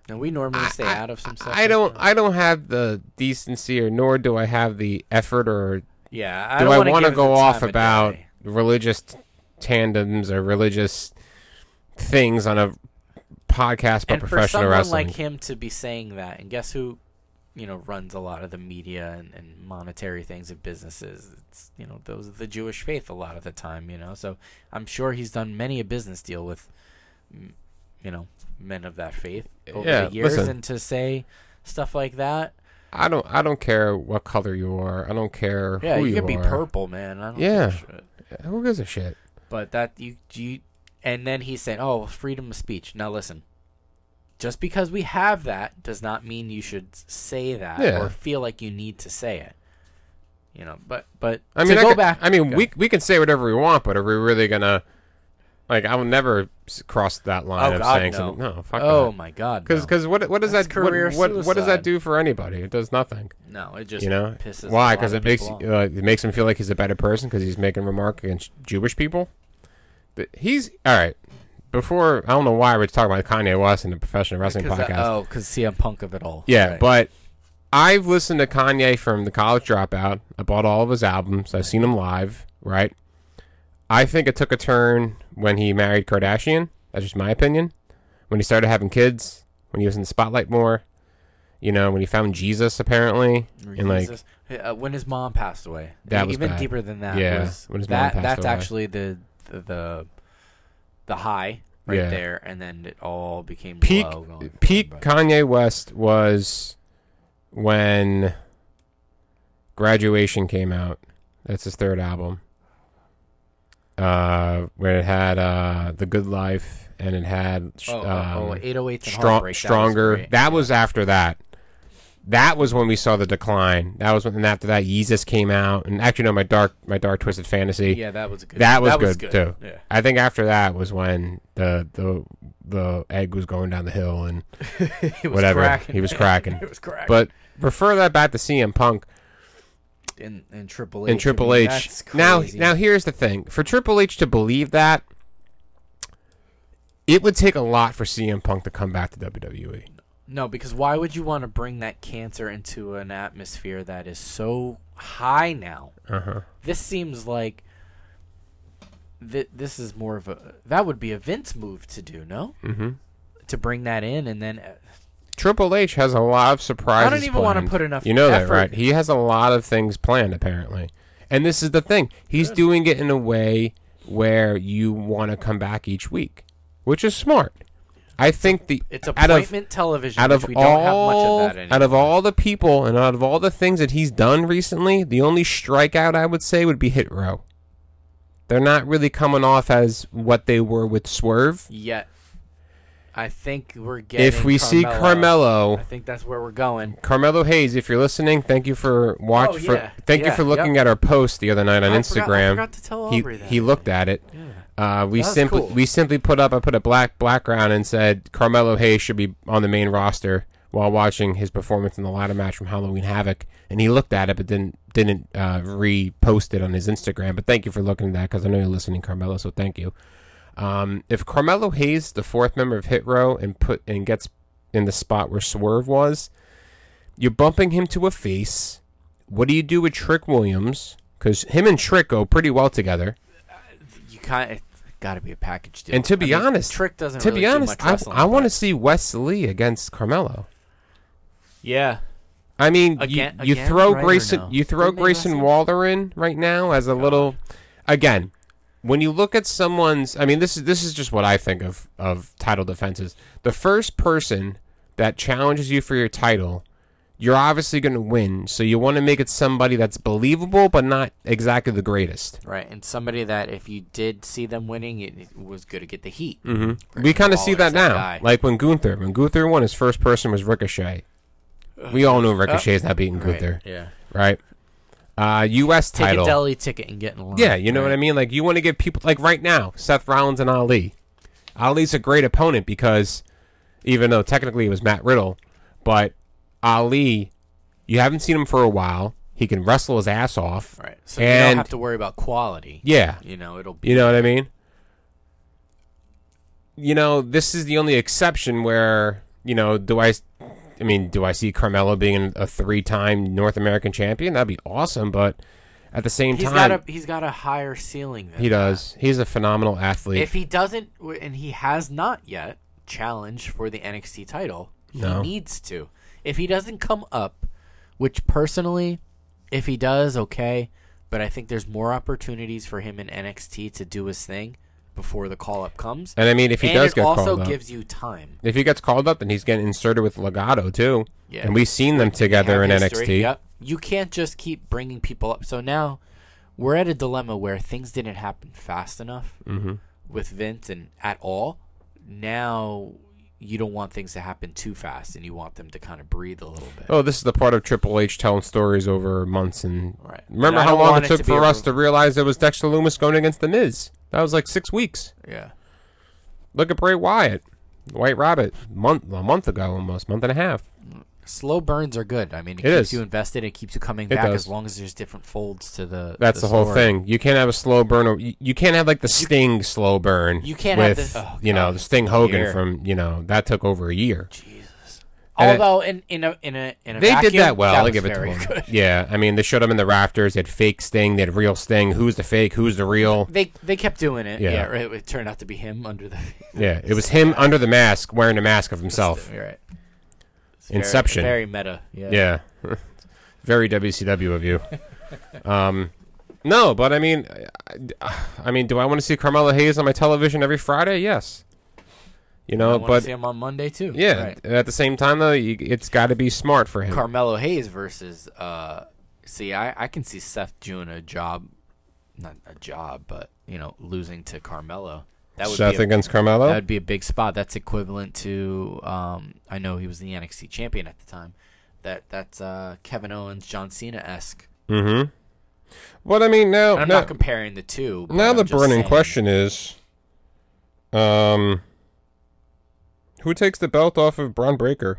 S3: And we normally stay
S2: I-
S3: out of some stuff.
S2: I
S3: like
S2: don't
S3: that.
S2: I don't have the decency, or nor do I have the effort, or
S3: yeah, I
S2: do
S3: don't
S2: I
S3: wanna
S2: want to
S3: give it the
S2: go off
S3: time of
S2: about
S3: day.
S2: religious tandems or religious things on a podcast about
S3: and for
S2: professional
S3: someone
S2: wrestling?
S3: like him to be saying that, and guess who, you know, runs a lot of the media and, and monetary things and businesses. It's you know those are the Jewish faith a lot of the time. You know, so I'm sure he's done many a business deal with, mm, you know, men of that faith over
S2: Yeah,
S3: the years,
S2: listen.
S3: and to say stuff like that.
S2: I don't I don't care what color you are. I don't care
S3: Yeah,
S2: who
S3: you,
S2: you,
S3: could
S2: are.
S3: be purple, man. I don't give a
S2: Yeah.
S3: shit.
S2: Who gives a shit?
S3: But that you you and then he said, "Oh, freedom of speech." Now listen. Just because we have that does not mean you should say that
S2: Yeah.
S3: or feel like you need to say it. You know, but but
S2: I mean,
S3: to
S2: I
S3: go
S2: could-
S3: back.
S2: I mean,
S3: go.
S2: we we can say whatever we want, but are we really gonna? Like, I will never s- cross that line
S3: Oh,
S2: of
S3: God,
S2: saying
S3: no.
S2: something. No, fuck
S3: Oh my God!
S2: Because
S3: Because
S2: because what what does
S3: That's
S2: that what,
S3: career
S2: what, what does that
S3: suicide.
S2: do for anybody? It does nothing.
S3: no, it just
S2: You know
S3: pisses.
S2: why? Because
S3: Because
S2: it makes uh, it makes him feel like he's a better person because he's making remark against Jewish people. But he's all right. Before I don't know why we're talking about Kanye West and the professional wrestling podcast.
S3: oh, because CM Punk of it all.
S2: Yeah,
S3: Right.
S2: but I've listened to Kanye from the college dropout. I bought all of his albums. I've seen him live, right? I think it took a turn when he married Kardashian. That's just my opinion. When he started having kids, when he was in the spotlight more, you know, when he found Jesus apparently. and like
S3: Jesus. Uh, when his mom passed away, E-
S2: That was
S3: even
S2: bad.
S3: deeper than that.
S2: Yeah,
S3: was
S2: when his mom
S3: that
S2: passed
S3: that's
S2: away.
S3: actually the, the the the high right
S2: Yeah.
S3: there, and then it all became
S2: peak
S3: low going forward, Oh,
S2: peak
S3: but-
S2: Kanye West was when Graduation came out. That's his third album. Uh, where it had uh the Good Life and it had sh-
S3: Oh,
S2: um,
S3: oh, oh, 808s and
S2: strong,
S3: Heartbreak, that was
S2: stronger.
S3: great.
S2: that was after that. That was when we saw the decline. That was when, and after that, Yeezus came out, and actually, no, my dark, my dark twisted fantasy.
S3: yeah, that was a good.
S2: That was good, too.
S3: Yeah.
S2: I think after that was when the the the egg was going down the hill and
S3: It was
S2: whatever
S3: cracking.
S2: he was cracking.
S3: it was cracking.
S2: But refer that back to CM Punk
S3: in in Triple H,
S2: and Triple
S3: I mean,
S2: H.
S3: that's
S2: Now,
S3: crazy.
S2: now here's the thing: for Triple H to believe that, it would take a lot for CM Punk to come back to E. WWE.
S3: no, because why would you want to bring that cancer into an atmosphere that is so high now?
S2: Uh-huh.
S3: This seems like. Th- this is more of a that would be a Vince move to do no mm-hmm. to bring that in and then uh,
S2: Triple H has a lot of surprises.
S3: I don't even wanna
S2: planned.
S3: put enough
S2: You know that,
S3: effort-
S2: right? He has a lot of things planned apparently, and this is the thing: he's doing it in a way where you want to come back each week, which is smart. I think the
S3: it's
S2: out of
S3: appointment television
S2: out
S3: which
S2: of
S3: we don't have much
S2: all
S3: of that anymore.
S2: out of all the people and out of all the things that he's done recently, the only strikeout I would say would be Hit Row. They're not really coming off as what they were with Swerve.
S3: yet I think we're getting
S2: If we see
S3: I
S2: Carmelo,
S3: think that's where we're going
S2: Carmelo Hayes, if you're listening, thank you for watch
S3: Oh,
S2: for
S3: yeah.
S2: thank you
S3: Yeah,
S2: for looking at our post the other night on
S3: I
S2: Instagram.
S3: forgot- I forgot to tell Aubrey
S2: he
S3: that.
S2: he looked at it. Uh, we
S3: That was
S2: simply
S3: cool.
S2: we simply put up I put a black background and said Carmelo Hayes should be on the main roster while watching his performance in the ladder match from Halloween Havoc and he looked at it but didn't didn't uh, repost it on his Instagram but thank you for looking at that because I know you're listening Carmelo so thank you um, if Carmelo Hayes the fourth member of Hit Row and put and gets in the spot where Swerve was you're bumping him to a face what do you do with Trick Williams because him and Trick go pretty well together
S3: you kind of got to be a package deal.
S2: And to be
S3: I mean,
S2: honest-
S3: Trick doesn't.
S2: to
S3: really
S2: be honest,
S3: do much
S2: I,
S3: wrestling,
S2: I want to
S3: but-
S2: see Wesley against Carmelo.
S3: Yeah,
S2: I mean,
S3: Again-
S2: you, you
S3: again,
S2: throw
S3: right or
S2: Grayson,
S3: no?
S2: you throw
S3: Didn't they
S2: Grayson
S3: wrestle?
S2: Waller in right now as a little. Again, when you look at someone's, I mean, this is this is just what I think of of title defenses. The first person that challenges you for your title you're obviously going to win. So you want to make it somebody that's believable, but not exactly the greatest.
S3: Right, and somebody that if you did see them winning, it, it was good to get the heat.
S2: Mm-hmm. we kind of see that
S3: Waller's
S2: now.
S3: guy.
S2: Like when Gunther, when Gunther won, his first person was Ricochet. We all know Ricochet's not beating
S3: Uh, Right,
S2: Gunther,
S3: Yeah.
S2: right? Uh, U.S.
S3: Take
S2: title.
S3: a deli ticket and get in line.
S2: Yeah, you know what I mean? Like you want to give people like right now, Seth Rollins and Ali. Ali's a great opponent because even though technically it was Matt Riddle, but Ali, you haven't seen him for a while. He can wrestle his ass off.
S3: Right. So you don't
S2: And-
S3: have to worry about quality.
S2: Yeah.
S3: You know, it'll be
S2: You know what I mean? You know, this is the only exception where, you know, do I I mean, do I see Carmelo being a three-time North American champion? That'd be awesome, but at the same
S3: he's
S2: time
S3: got a he's got a higher ceiling than
S2: he does. He's a phenomenal athlete.
S3: If he doesn't, w- and he has not yet challenged for the NXT title, he
S2: No.
S3: needs to. If he doesn't come up, which personally, if he does, okay. But I think there's more opportunities for him in NXT to do his thing before the call up comes.
S2: And I mean, if he
S3: and
S2: does
S3: it
S2: get
S3: also
S2: called up,
S3: gives you time.
S2: if he gets called up, then he's getting inserted with Legato too.
S3: Yeah.
S2: And we've seen them together in
S3: Have history,
S2: NXT.
S3: Yep. You can't just keep bringing people up. So now we're at a dilemma where things didn't happen fast enough
S2: Mm-hmm.
S3: with Vince and at all. Now you don't want things to happen too fast and you want them to kind of breathe a little bit.
S2: Oh, this is the part of Triple H telling stories over months and.
S3: Right. And
S2: Remember
S3: I
S2: how
S3: don't
S2: long
S3: want
S2: it
S3: it
S2: took
S3: to be
S2: for
S3: a-
S2: us to realize it was Dexter Loomis going against the Miz? That was like six weeks.
S3: Yeah.
S2: Look at Bray Wyatt, White Rabbit, month a month ago almost, month and a half.
S3: Slow burns are good. I mean, it,
S2: It
S3: keeps
S2: is.
S3: you invested. It keeps you coming
S2: It
S3: back
S2: does.
S3: as long as there's different folds to the.
S2: That's the, whole
S3: story.
S2: thing. You can't have a slow burn. Or, you, you can't have like the Sting slow burn.
S3: You can't have
S2: with
S3: the- oh,
S2: you know
S3: God,
S2: the Sting Hogan
S3: year.
S2: from you know that took over a year.
S3: Jesus.
S2: And it-
S3: Although in in a in a in a
S2: They
S3: vacuum,
S2: did that well. I'll
S3: was
S2: give it to
S3: very
S2: them.
S3: good.
S2: Yeah, I mean, they showed them in the rafters. They had fake Sting. They had real Sting. Who's the fake? Who's the real?
S3: They they kept doing it.
S2: Yeah.
S3: Yeah, right. It turned out to be him under the.
S2: Yeah, it was him under the mask, wearing a mask of himself.
S3: You're right. It's
S2: Inception.
S3: Very, very meta. Yeah.
S2: Yeah, very WCW of you. Um, no, but I mean, I, I mean, do I want to see Carmelo Hayes on my television every Friday? Yes. You
S3: I
S2: know,
S3: want to
S2: but
S3: see him on Monday too.
S2: yeah,
S3: Right.
S2: at the same time though, you, it's got to be smart for him.
S3: Carmelo Hayes versus. Uh, see, I I can see Seth doing a job, not a job, but you know, losing to Carmelo. That would
S2: Seth
S3: be a,
S2: against
S3: that
S2: Carmelo.
S3: would be a big spot. That's equivalent to. Um, I know he was the NXT champion at the time. That that's uh, Kevin Owens, John Cena esque.
S2: Mm-hmm. But I mean, now
S3: I'm
S2: now,
S3: not comparing the two. but
S2: Oh, Now
S3: I'm
S2: the
S3: just
S2: burning
S3: saying-
S2: question is, um, who takes the belt off of Braun Breaker?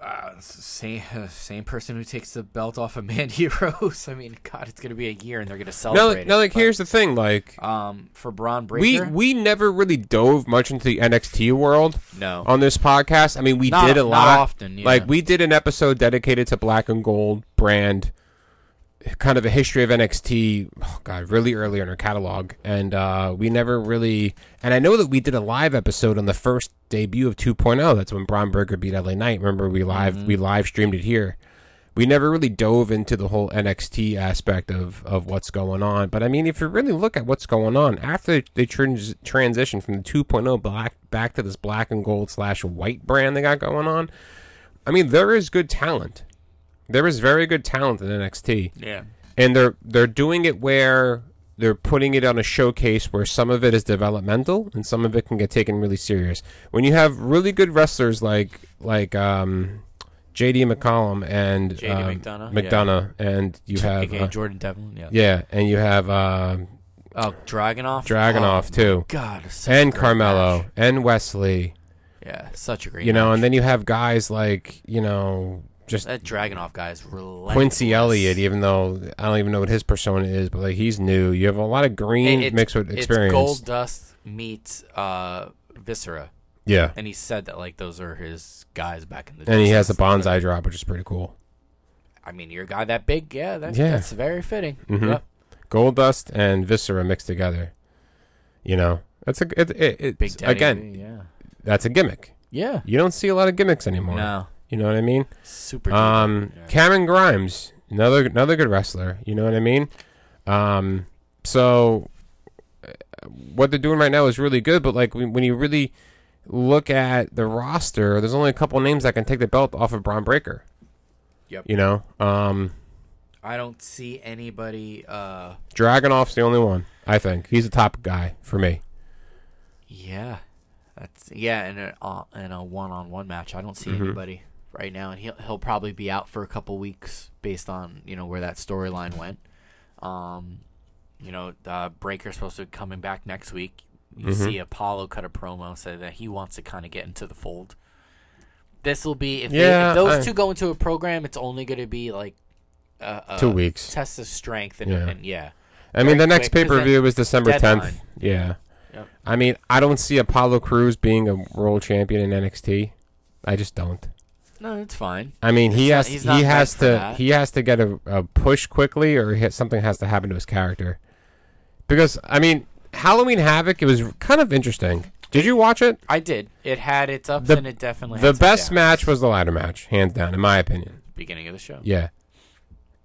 S3: Uh, same same person who takes the belt off of Mandy Rose. I mean, God, it's gonna be a year, and they're gonna
S2: Now,
S3: celebrate.
S2: like, now,
S3: it,
S2: like
S3: but,
S2: here's the thing: like
S3: um for Braun
S2: we
S3: Breaker.
S2: we never really dove much into the NXT world
S3: no,
S2: on this podcast. I mean, we
S3: Not-
S2: did a
S3: not
S2: lot
S3: often, yeah.
S2: Like we did an episode dedicated to Black and Gold brand, kind of a history of NXT. Oh God, really early in our catalog, and uh, we never really. And I know that we did a live episode on the first debut of 2.0. That's when Braun Breaker beat LA Knight. Remember, we live
S3: Mm-hmm.
S2: we live streamed it here. We never really dove into the whole NXT aspect of, of what's going on. But I mean, if you really look at what's going on, after they trans- transitioned from the 2.0 black back to this black and gold slash white brand they got going on, I mean, there is good talent. There is very good talent in NXT,
S3: yeah,
S2: and they're they're doing it where they're putting it on a showcase where some of it is developmental and some of it can get taken really serious. When you have really good wrestlers like like um, J.D. McCollum and
S3: J.D.
S2: um,
S3: McDonough, yeah.
S2: McDonough, and you have
S3: okay,
S2: uh,
S3: Jordan Devlin. Yeah,
S2: yeah, and you have uh,
S3: oh Dragonoff,
S2: Dragonoff
S3: Oh,
S2: too,
S3: God, such a
S2: and
S3: great
S2: Carmelo
S3: match.
S2: and Wesley.
S3: Yeah, such a great.
S2: You know,
S3: match.
S2: and then you have guys like you know just
S3: that Dragonoff guy is relentless.
S2: Quincy Elliott, even though I don't even know what his persona is, but like he's new. You have a lot of green
S3: It- it's-
S2: mixed with experience.
S3: It's gold dust meets uh, viscera,
S2: Yeah,
S3: and he said that like those are his guys back in the.
S2: and he has
S3: the
S2: the bonsai drop, which is pretty cool.
S3: I mean, you're a guy that big, yeah, that's,
S2: Yeah.
S3: that's very fitting.
S2: Mhm.
S3: Yep.
S2: Gold dust and viscera mixed together. You know, that's a it, it, it's-
S3: Big Daddy.
S2: again.
S3: yeah,
S2: That's a gimmick.
S3: yeah.
S2: You don't see a lot of gimmicks anymore.
S3: No,
S2: You know what I mean?
S3: super.
S2: Um,
S3: deep. Yeah.
S2: Cameron Grimes, another another good wrestler. You know what I mean? Um, so uh, what they're doing right now is really good, but like when when you really look at the roster, there's only a couple names that can take the belt off of Braun Breaker.
S3: Yep.
S2: You know, um,
S3: I don't see anybody. Uh,
S2: Dragonoff's the only one. I think he's the top guy for me.
S3: yeah, that's yeah, in a uh, in a one on one match, I don't see
S2: Mm-hmm.
S3: anybody right now, and he'll he'll probably be out for a couple weeks based on you know where that storyline went. Um, you know, uh, Breaker's supposed to be coming back next week. You
S2: Mm-hmm.
S3: see Apollo cut a promo say that he wants to kind of get into the fold. This will be if, they,
S2: Yeah,
S3: if those
S2: I-
S3: two go into a program, it's only going to be like uh, uh,
S2: Two weeks.
S3: test of strength and
S2: Yeah.
S3: and yeah.
S2: I mean, the
S3: Very
S2: next pay
S3: quick, 'cause
S2: per view is December
S3: deadline.
S2: 10th. Yeah.
S3: Yep.
S2: I mean, I don't see Apollo Cruz being a world champion in NXT. I just don't.
S3: No, it's fine.
S2: I mean, he
S3: He's not-
S2: has
S3: he's not
S2: he
S3: meant
S2: has
S3: for
S2: to
S3: that.
S2: he has to get a, a push quickly, or he has- something has to happen to his character. Because I mean, Halloween Havoc it was kind of interesting. Did you watch it?
S3: I did. It had its ups
S2: The-
S3: and it definitely
S2: The
S3: had its
S2: best
S3: downs.
S2: match was the ladder match, hands down, in my opinion.
S3: beginning of the show.
S2: Yeah,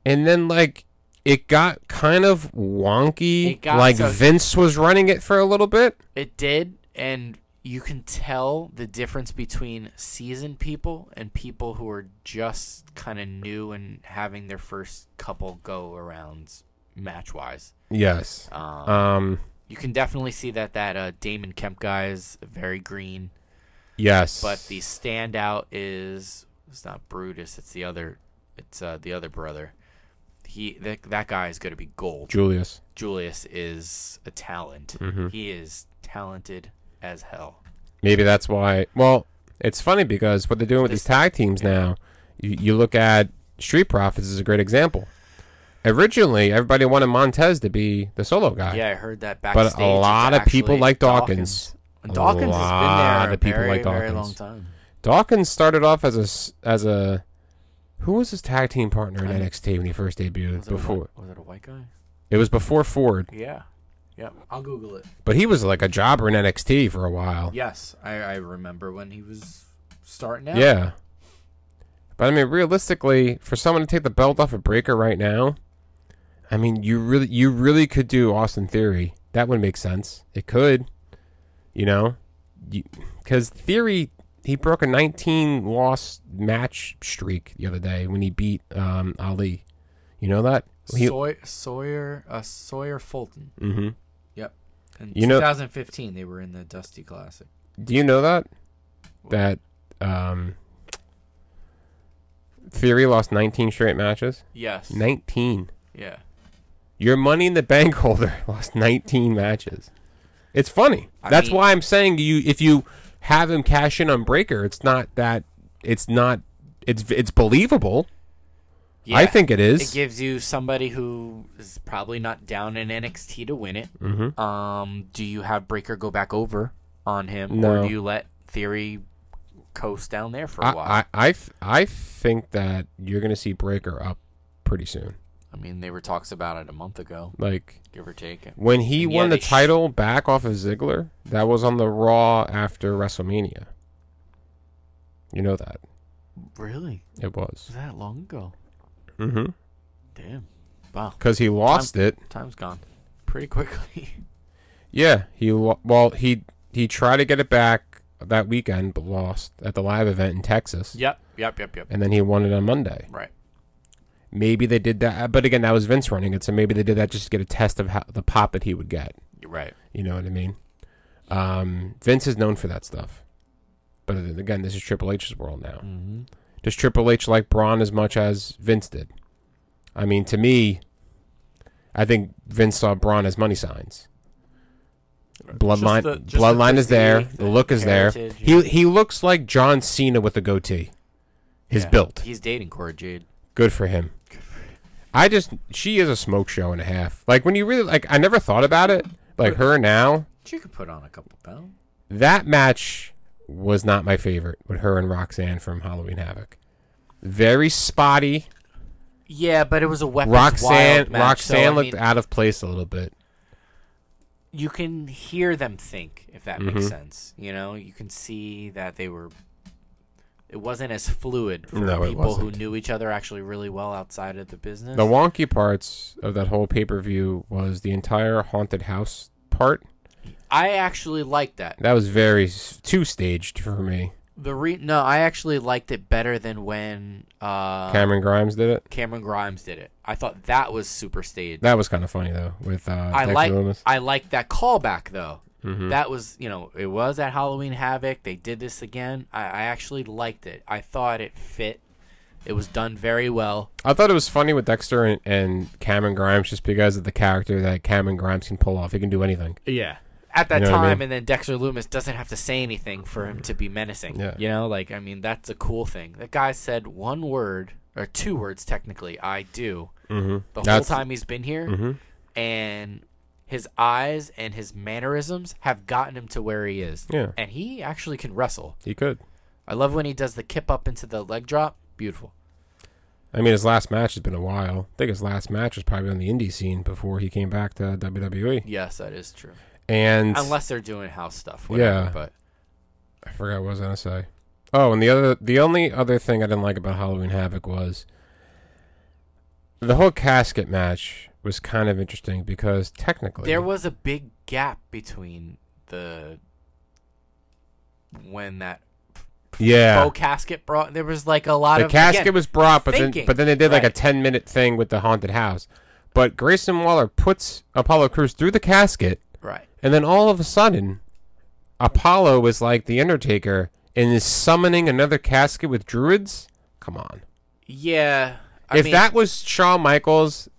S2: and then like it got kind of wonky.
S3: It got
S2: like
S3: so-
S2: Vince was running it for a little bit.
S3: It did, and you can tell the difference between seasoned people and people who are just kind of new and having their first couple go arounds match wise.
S2: Yes.
S3: Um,
S2: Um.
S3: you can definitely see that that uh, Damon Kemp guy is very green,
S2: Yes.
S3: but the standout is it's not Brutus, it's the other, it's uh, the other brother. He that that guy is going to be gold.
S2: Julius.
S3: Julius is a talent. He is talented as hell.
S2: Maybe that's why. Well, it's funny because what they're doing with
S3: This-
S2: these tag teams now, you, you look at Street Profits is a great example. Originally, everybody wanted Montez to be the solo guy.
S3: Yeah, I heard that
S2: a
S3: backstage.
S2: lot
S3: it's
S2: of people
S3: actually
S2: like
S3: Dawkins.
S2: Dawkins.
S3: And
S2: A
S3: Dawkins has been
S2: lot
S3: there a
S2: of people
S3: very,
S2: like
S3: very long
S2: Dawkins.
S3: time.
S2: Dawkins started off as a s- as a who was his tag team partner in
S3: I-
S2: NXT when he first debuted?
S3: Was it, a
S2: Before
S3: white, was it a white guy?
S2: it was before Ford,
S3: Yeah. Yeah. I'll Google it.
S2: but he was like a jobber in NXT for a while.
S3: Yes, I, I remember when he was starting out.
S2: Yeah. But I mean, realistically, for someone to take the belt off a breaker right now, I mean, you really, you really could do Austin Theory. That would make sense. It could, you know, because Theory he broke a 19 loss match streak the other day when he beat um, Ali. You know that? He-
S3: Soy, Sawyer, uh, Sawyer Fulton.
S2: Mhm.
S3: Yep. In
S2: You know-
S3: 2015, they were in the Dusty Classic.
S2: Do you know that? That um, Theory lost 19 straight matches.
S3: Yes.
S2: 19.
S3: yeah.
S2: Your money in the bank holder lost 19 matches. It's funny.
S3: I
S2: That's
S3: mean-
S2: why I'm saying you if you have him cash in on Breaker, it's not that it's not it's it's believable.
S3: yeah.
S2: I think it
S3: It
S2: is.
S3: gives you somebody who is probably not down in NXT to win it.
S2: Mm-hmm.
S3: Um, do you have Breaker go back over on him, or
S2: No.
S3: do you let Theory coast down there for a
S2: I,
S3: while?
S2: I, I, f- I think that you're going to see Breaker up pretty soon.
S3: I mean, they were talks about it a month ago,
S2: Like
S3: give or take.
S2: when he
S3: And yeah,
S2: won the
S3: they sh-
S2: title back off of Ziggler, that was on the Raw after WrestleMania. You know that.
S3: Really?
S2: It was.
S3: Was that long ago?
S2: Mhm.
S3: Damn. Wow.
S2: Cuz he lost it
S3: Time's gone pretty quickly.
S2: Yeah, he lo- well he he tried to get it back that weekend, but lost at the live event in Texas,
S3: yep. Yep. Yep. Yep.
S2: and then he won it on Monday.
S3: Right.
S2: Maybe they did that, but again, that was Vince running it, so maybe they did that just to get a test of how, the pop that he would get.
S3: You're right.
S2: You know what I mean? Um, Vince is known for that stuff, but again, this is Triple H's world now.
S3: Mm-hmm.
S2: Does Triple H like Braun as much as Vince did? I mean, to me, I think Vince saw Braun as money signs. Bloodline,
S3: the- just the
S2: bloodline is there.
S3: physique,
S2: The look is there.
S3: heritage,
S2: He he looks like John Cena with a goatee. His built.
S3: He's dating Cora Jade.
S2: Good for him. I just she is a smoke show and a half. Like when you really like, I never thought about it. Like her now,
S3: She could put on a couple pounds.
S2: that match was not my favorite with her and Roxanne from Halloween Havoc. Very spotty.
S3: Yeah, but it was a weapons
S2: Roxanne
S3: wild match.
S2: Roxanne
S3: so, I
S2: looked
S3: mean,
S2: out of place a little bit.
S3: you can hear them think if that
S2: Mm-hmm.
S3: makes sense you know you can see that they were it wasn't as fluid for
S2: No, it
S3: people who
S2: wasn't.
S3: knew each other actually really well outside of the business
S2: The wonky parts of that whole pay per view was the entire haunted house part
S3: I actually liked that.
S2: That was very two staged for me.
S3: The re- no, I actually liked it better than when uh,
S2: Cameron Grimes did it.
S3: Cameron Grimes did it. I thought that was super staged.
S2: That was kind of funny though. With uh,
S3: I
S2: Dexter
S3: like
S2: Lumis.
S3: I like that callback though.
S2: Mm-hmm.
S3: That was you know it was at Halloween Havoc. They did this again. I, I actually liked it. I thought it fit. It was done very well.
S2: I thought it was funny with Dexter and, and Cameron Grimes just because of the character that Cameron Grimes can pull off. He can do anything.
S3: Yeah. At that
S2: You know what I
S3: time,
S2: mean?
S3: and then Dexter Loomis doesn't have to say anything for him to be menacing.
S2: Yeah.
S3: You know, like I mean, that's a cool thing. The guy said one word or two words technically. I do. Mm-hmm. The
S2: That's- Mm-hmm.
S3: whole time he's been here, and his eyes and his mannerisms have gotten him to where he is.
S2: Yeah.
S3: And he actually can wrestle.
S2: He could.
S3: I love when he does the kip up into the leg drop. Beautiful.
S2: I mean, his last match has been a while. I think his last match was probably on the indie scene before he came back to WWE.
S3: Yes, that is true.
S2: And
S3: Unless they're doing house stuff. Whatever,
S2: Yeah.
S3: But
S2: I forgot what I was gonna say. Oh, and the other, the only other thing I didn't like about Halloween Havoc was the whole casket match was kind of interesting because technically
S3: there was a big gap between the when that
S2: yeah.
S3: faux casket brought. There was like a lot
S2: the
S3: of
S2: casket
S3: again,
S2: was brought, but then
S3: thinking.
S2: but then they did like a
S3: Right.
S2: ten minute thing with the haunted house. But Grayson Waller puts Apollo Cruz through the casket,
S3: right.
S2: and then all of a sudden, Apollo is like the Undertaker and is summoning another casket with druids. Come on,
S3: Yeah. I
S2: if
S3: mean,
S2: that was Shawn Michaels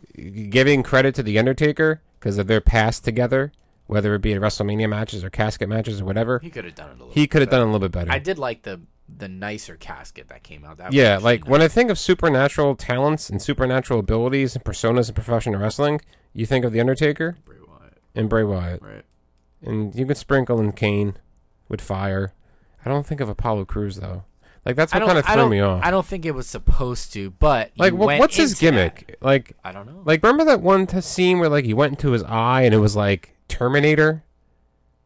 S2: giving credit to the Undertaker because of their past together, whether it be at WrestleMania matches or casket matches or whatever,
S3: he could have done it a little.
S2: he could have
S3: better.
S2: done it a little bit better.
S3: I did like the the nicer casket that came out. That was
S2: Yeah,
S3: actually
S2: like
S3: nice.
S2: when I think of supernatural talents and supernatural abilities and personas in professional wrestling, you think of The Undertaker
S3: Bray Wyatt,
S2: and Bray Wyatt.
S3: Right.
S2: And you can sprinkle in Kane with fire. I don't think of Apollo Crews, though. Like, that's
S3: I
S2: what
S3: don't.
S2: kind of
S3: I
S2: threw
S3: don't.
S2: me off.
S3: I don't think it was supposed to, but you
S2: Like, wha-
S3: went
S2: what's his
S3: into that.
S2: gimmick? Like,
S3: I don't know.
S2: like remember that one t- scene where, like, he went into his eye and it was, like, Terminator?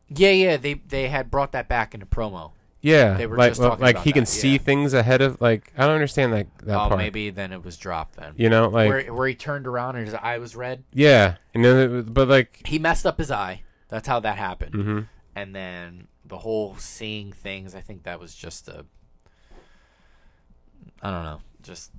S3: Yeah, yeah, they they had brought that back into promo.
S2: Yeah.
S3: They were
S2: like,
S3: just
S2: well,
S3: talking
S2: like
S3: about
S2: he can
S3: that,
S2: see
S3: yeah.
S2: things ahead of, like, I don't understand that, that
S3: Oh,
S2: part.
S3: maybe then it was dropped then.
S2: You know, like,
S3: where where he turned around and his eye was red.
S2: yeah. And then, it, was- but, like,
S3: He messed up his eye. That's how that happened.
S2: Mm-hmm.
S3: And then the whole seeing things. I think that was just a. I don't know. Just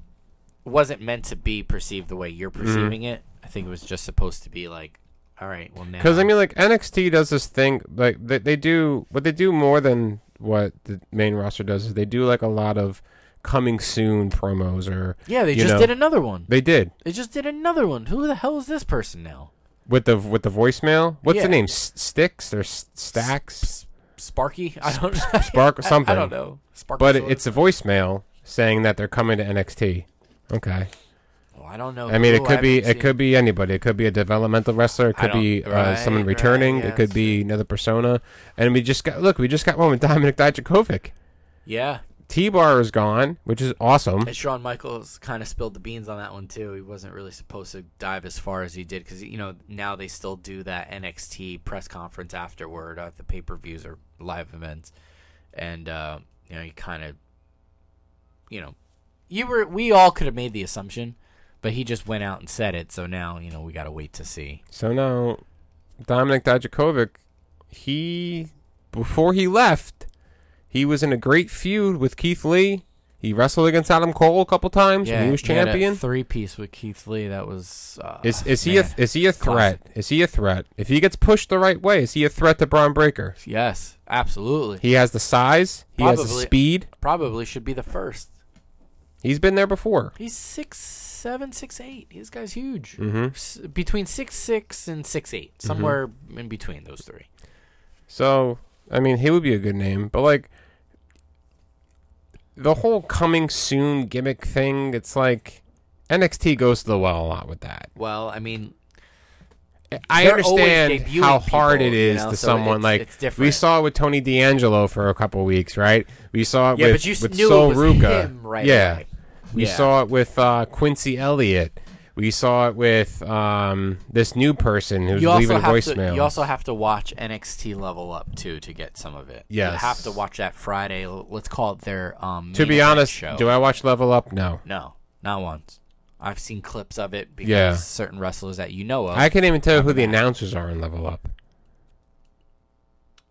S3: wasn't meant to be perceived the way you're
S2: Mm-hmm.
S3: perceiving it. I think it was just supposed to be like, all right, well now.
S2: Because I mean, like NXT does this thing, like they, they do what they do more than what the main roster does is they do like a lot of coming soon promos or
S3: yeah, they
S2: you
S3: just
S2: know,
S3: did another one.
S2: They did
S3: They just did another one. Who the hell is this person now?
S2: with the with the voicemail. What's the
S3: Yeah.
S2: name? S- Sticks or S- Stacks?
S3: Sparky? I don't
S2: Spark-
S3: I-
S2: something.
S3: I, don't know. Spark
S2: But it,
S3: Sword?
S2: it's a voicemail saying that they're coming to NXT. Okay,
S3: Well, I don't know.
S2: I mean
S3: who.
S2: it could be
S3: haven't
S2: it could be anybody. It could be a developmental wrestler. It
S3: I
S2: could
S3: don't-
S2: be uh,
S3: right,
S2: someone
S3: right,
S2: returning.
S3: yeah,
S2: it could
S3: that's
S2: be another persona. And we just got look, we just got one with Dominic Dijakovic.
S3: seen- Yeah.
S2: T Bar is gone, which is awesome.
S3: And Shawn Michaels kind of spilled the beans on that one too. He wasn't really supposed to dive as far as he did because you know now they still do that NXT press conference afterward at the pay per views or live events, and uh, you know he kind of, you know, you were we all could have made the assumption, but he just went out and said it. So now you know we got to wait to see.
S2: So now Dominic Dijakovic, he before he left, he was in a great feud with Keith Lee. He wrestled against Adam Cole a couple times when he was champion.
S3: three piece with Keith Lee. That was uh,
S2: is is he a, is he a threat? Is he a threat? If he gets pushed the right way, is he a threat to Braun Breaker?
S3: yes, absolutely.
S2: He has the size. He has the
S3: Probably.
S2: speed.
S3: Probably should be the first.
S2: He's been there before.
S3: He's six seven, six eight. This guy's huge.
S2: Mm-hmm.
S3: S- between six six and six eight, somewhere in between those three.
S2: So, I mean, he would be a good name, but like the whole coming soon gimmick thing, it's like NXT goes to the well a lot with that.
S3: Well, I mean,
S2: I
S3: They're always
S2: understand
S3: debuting
S2: how hard
S3: people,
S2: it
S3: you
S2: is
S3: know,
S2: to
S3: so
S2: someone
S3: it's-
S2: like
S3: it's different.
S2: we saw it with Tony D'Angelo for a couple weeks, right? We saw it
S3: Yeah,
S2: with,
S3: but you s-
S2: with
S3: knew it
S2: Sol
S3: was
S2: Ruka.
S3: him right
S2: yeah.
S3: away.
S2: We
S3: Yeah.
S2: saw it with uh, Quincy Elliott. We saw it with um, this new person who's
S3: you also
S2: leaving
S3: have
S2: voicemail.
S3: to you also have to watch NXT Level Up too to get some of it. you
S2: Yes.
S3: have to watch that Friday. l- Let's call it their um.
S2: to
S3: main
S2: be
S3: event
S2: honest,
S3: show.
S2: do I watch Level Up? No.
S3: no, not once. I've seen clips of it because
S2: Yeah.
S3: certain wrestlers that you know of.
S2: I can't even tell who the announcers are in Level Up.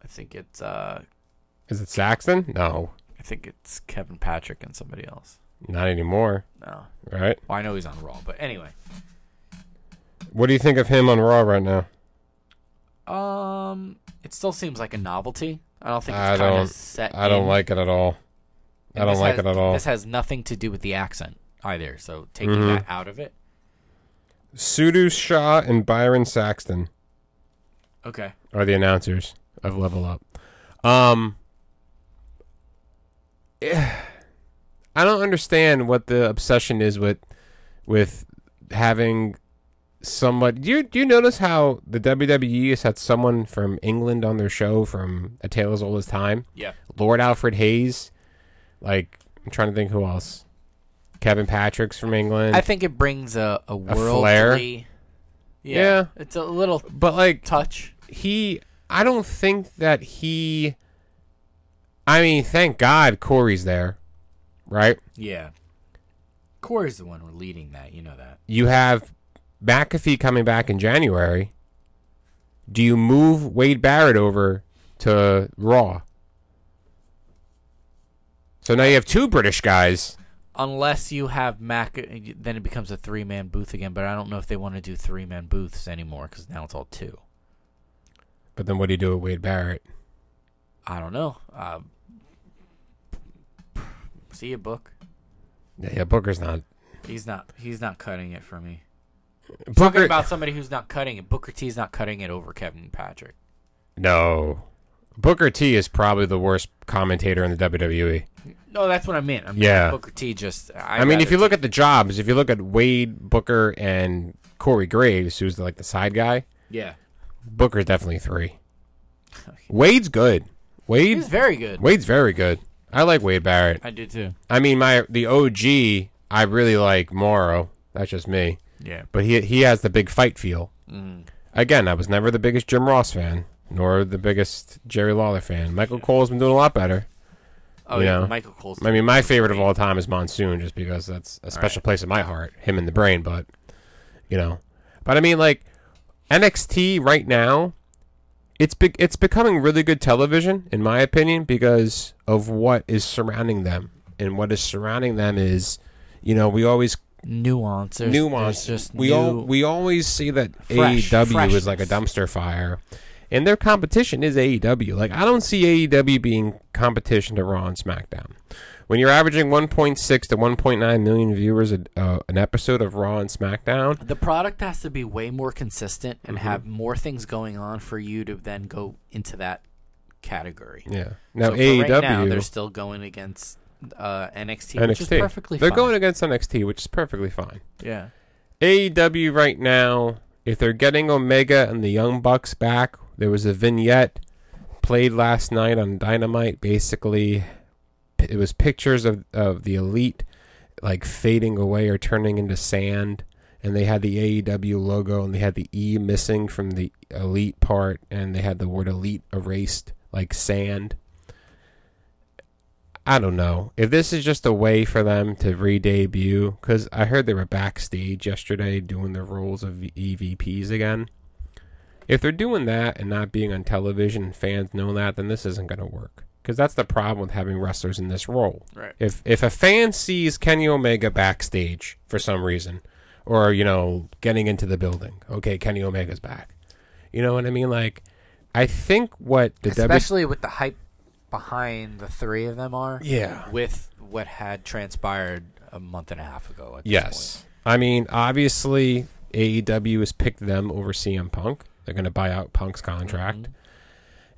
S3: I think it's uh,
S2: Is it Saxton? No,
S3: I think it's Kevin Patrick and somebody else.
S2: not anymore.
S3: No,
S2: Right?
S3: well, I know he's on Raw, but anyway.
S2: What do you think of him on Raw right now?
S3: Um, it still seems like a novelty. I don't think
S2: I
S3: it's kind
S2: don't.
S3: of set.
S2: I don't
S3: in.
S2: like it at all. I
S3: And
S2: don't
S3: this
S2: like
S3: has-
S2: it at all.
S3: This has nothing to do with the accent either. So taking
S2: Mm-hmm.
S3: that out of it.
S2: Sudu Shah and Byron Saxton
S3: Okay.
S2: are the announcers of Level Up. Um, eh, I don't understand what the obsession is with with having somebody. Do you do you notice how the WWE has had someone from England on their show from A Tale as Old as Time?
S3: Yeah.
S2: Lord Alfred Hayes. Like I'm trying to think who else. Kevin Patrick's from England.
S3: I think it brings a a
S2: flair?
S3: worldly. Yeah,
S2: Yeah.
S3: It's a little
S2: but like
S3: touch.
S2: he I don't think that he I mean, thank God Corey's there. Right?
S3: Yeah. Corey's the one we're leading that. You know that.
S2: You have McAfee coming back in January. Do you move Wade Barrett over to Raw? So now you have two British guys.
S3: Unless you have Mac, then it becomes a three man booth again. But I don't know if they want to do three man booths anymore because now it's all two.
S2: But then what do you do with Wade Barrett?
S3: I don't know. Uh, see a book.
S2: Yeah, yeah Booker's not.
S3: He's not. He's not cutting it for me.
S2: Booker
S3: Talking about somebody who's not cutting it. Booker T is not cutting it over Kevin Patrick.
S2: No. Booker T is probably the worst commentator in the E. WWE.
S3: No, that's what I meant. I mean,
S2: Yeah.
S3: Booker T just. I,
S2: I mean, if you look at the jobs, if you look at Wade Booker and Corey Graves, who's like the side guy,
S3: yeah,
S2: Booker's definitely three. Wade's good. Wade
S3: he's very good.
S2: Wade's very good. I like Wade Barrett.
S3: I do too.
S2: I mean, my the OG, I really like Morrow. That's just me,
S3: Yeah.
S2: but he he has the big fight feel.
S3: Mm.
S2: Again, I was never the biggest Jim Ross fan, nor the biggest Jerry Lawler fan. Michael Cole's been doing a lot better.
S3: Oh
S2: You
S3: yeah,
S2: know,
S3: Michael Cole's.
S2: I mean, my favorite of all time is Monsoon, just because that's a special place in my heart, him in the brain. But you know, but I mean, like NXT right now, it's be- it's becoming really good television, in my opinion, because of what is surrounding them, and what is surrounding them is, you know, we always
S3: nuance. There's,
S2: nuance.
S3: There's just
S2: we
S3: new,
S2: al- we always see that
S3: Fresh-
S2: AEW is like a
S3: freshness.
S2: dumpster fire, and their competition is AEW. Like I don't see AEW being competition to Raw and SmackDown. When you're averaging 1.6 to 1.9 million viewers a, uh, an episode of Raw and SmackDown,
S3: the product has to be way more consistent and
S2: Mm-hmm.
S3: have more things going on for you to then go into that category.
S2: yeah. Now E
S3: so for
S2: AEW,
S3: right now, they're still going against uh, NXT,
S2: NXT,
S3: which is perfectly.
S2: they're
S3: fine.
S2: going against NXT, which is perfectly fine.
S3: Yeah.
S2: AEW E right now, if they're getting Omega and the Young Bucks back, there was a vignette played last night on Dynamite. Basically, p- it was pictures of, of the Elite like fading away or turning into sand. And they had the AEW logo and they had the E missing from the Elite part and they had the word Elite erased like sand. I don't know if this is just a way for them to re-debut because I heard they were backstage yesterday doing the roles of EVPs again. If they're doing that and not being on television and fans know that, then this isn't going to work because that's the problem with having wrestlers in this role.
S3: Right.
S2: If if a fan sees Kenny Omega backstage for some reason, or you know getting into the building, okay, Kenny Omega's back. You know what I mean? Like, I think what the W-
S3: especially with the hype behind the three of them are.
S2: Yeah.
S3: With what had transpired a month and a half ago. At this
S2: Yes. I mean, obviously, AEW has picked them over CM Punk. They're going to buy out Punk's contract.
S3: Mm-hmm.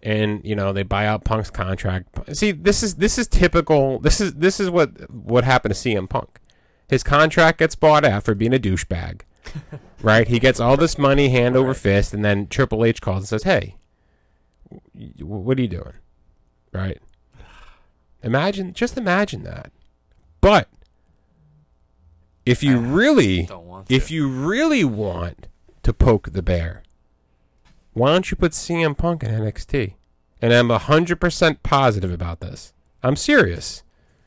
S2: And you know they buy out Punk's contract. See, this is this is typical. This is this is what what happened to CM Punk. His contract gets bought out for being a douchebag, right? He gets all this money hand over fist, and then Triple H calls and says, "Hey, y- what are you doing?" Right? Imagine, just imagine that. But if you really,
S3: Don't want
S2: if
S3: to.
S2: you really want to poke the bear, why don't you put CM Punk in NXT? And I'm hundred percent positive about this. I'm serious.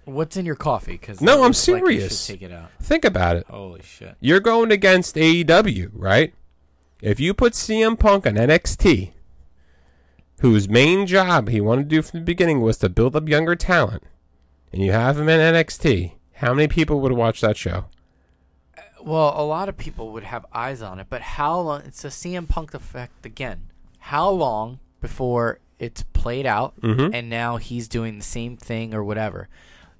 S3: Point. What's in your coffee? Cause
S2: No,
S3: it
S2: I'm
S3: looks like you should
S2: serious.
S3: take it out.
S2: Think about it.
S3: Holy shit.
S2: You're going against E AEW, right? If you put CM Punk on NXT, whose main job he wanted to do from the beginning was to build up younger talent, and you have him in NXT, how many people would watch that show?
S3: Well, a lot of people would have eyes on it, but how long? It's a CM Punk effect again. How long before it's played out, and now he's doing the same thing or whatever?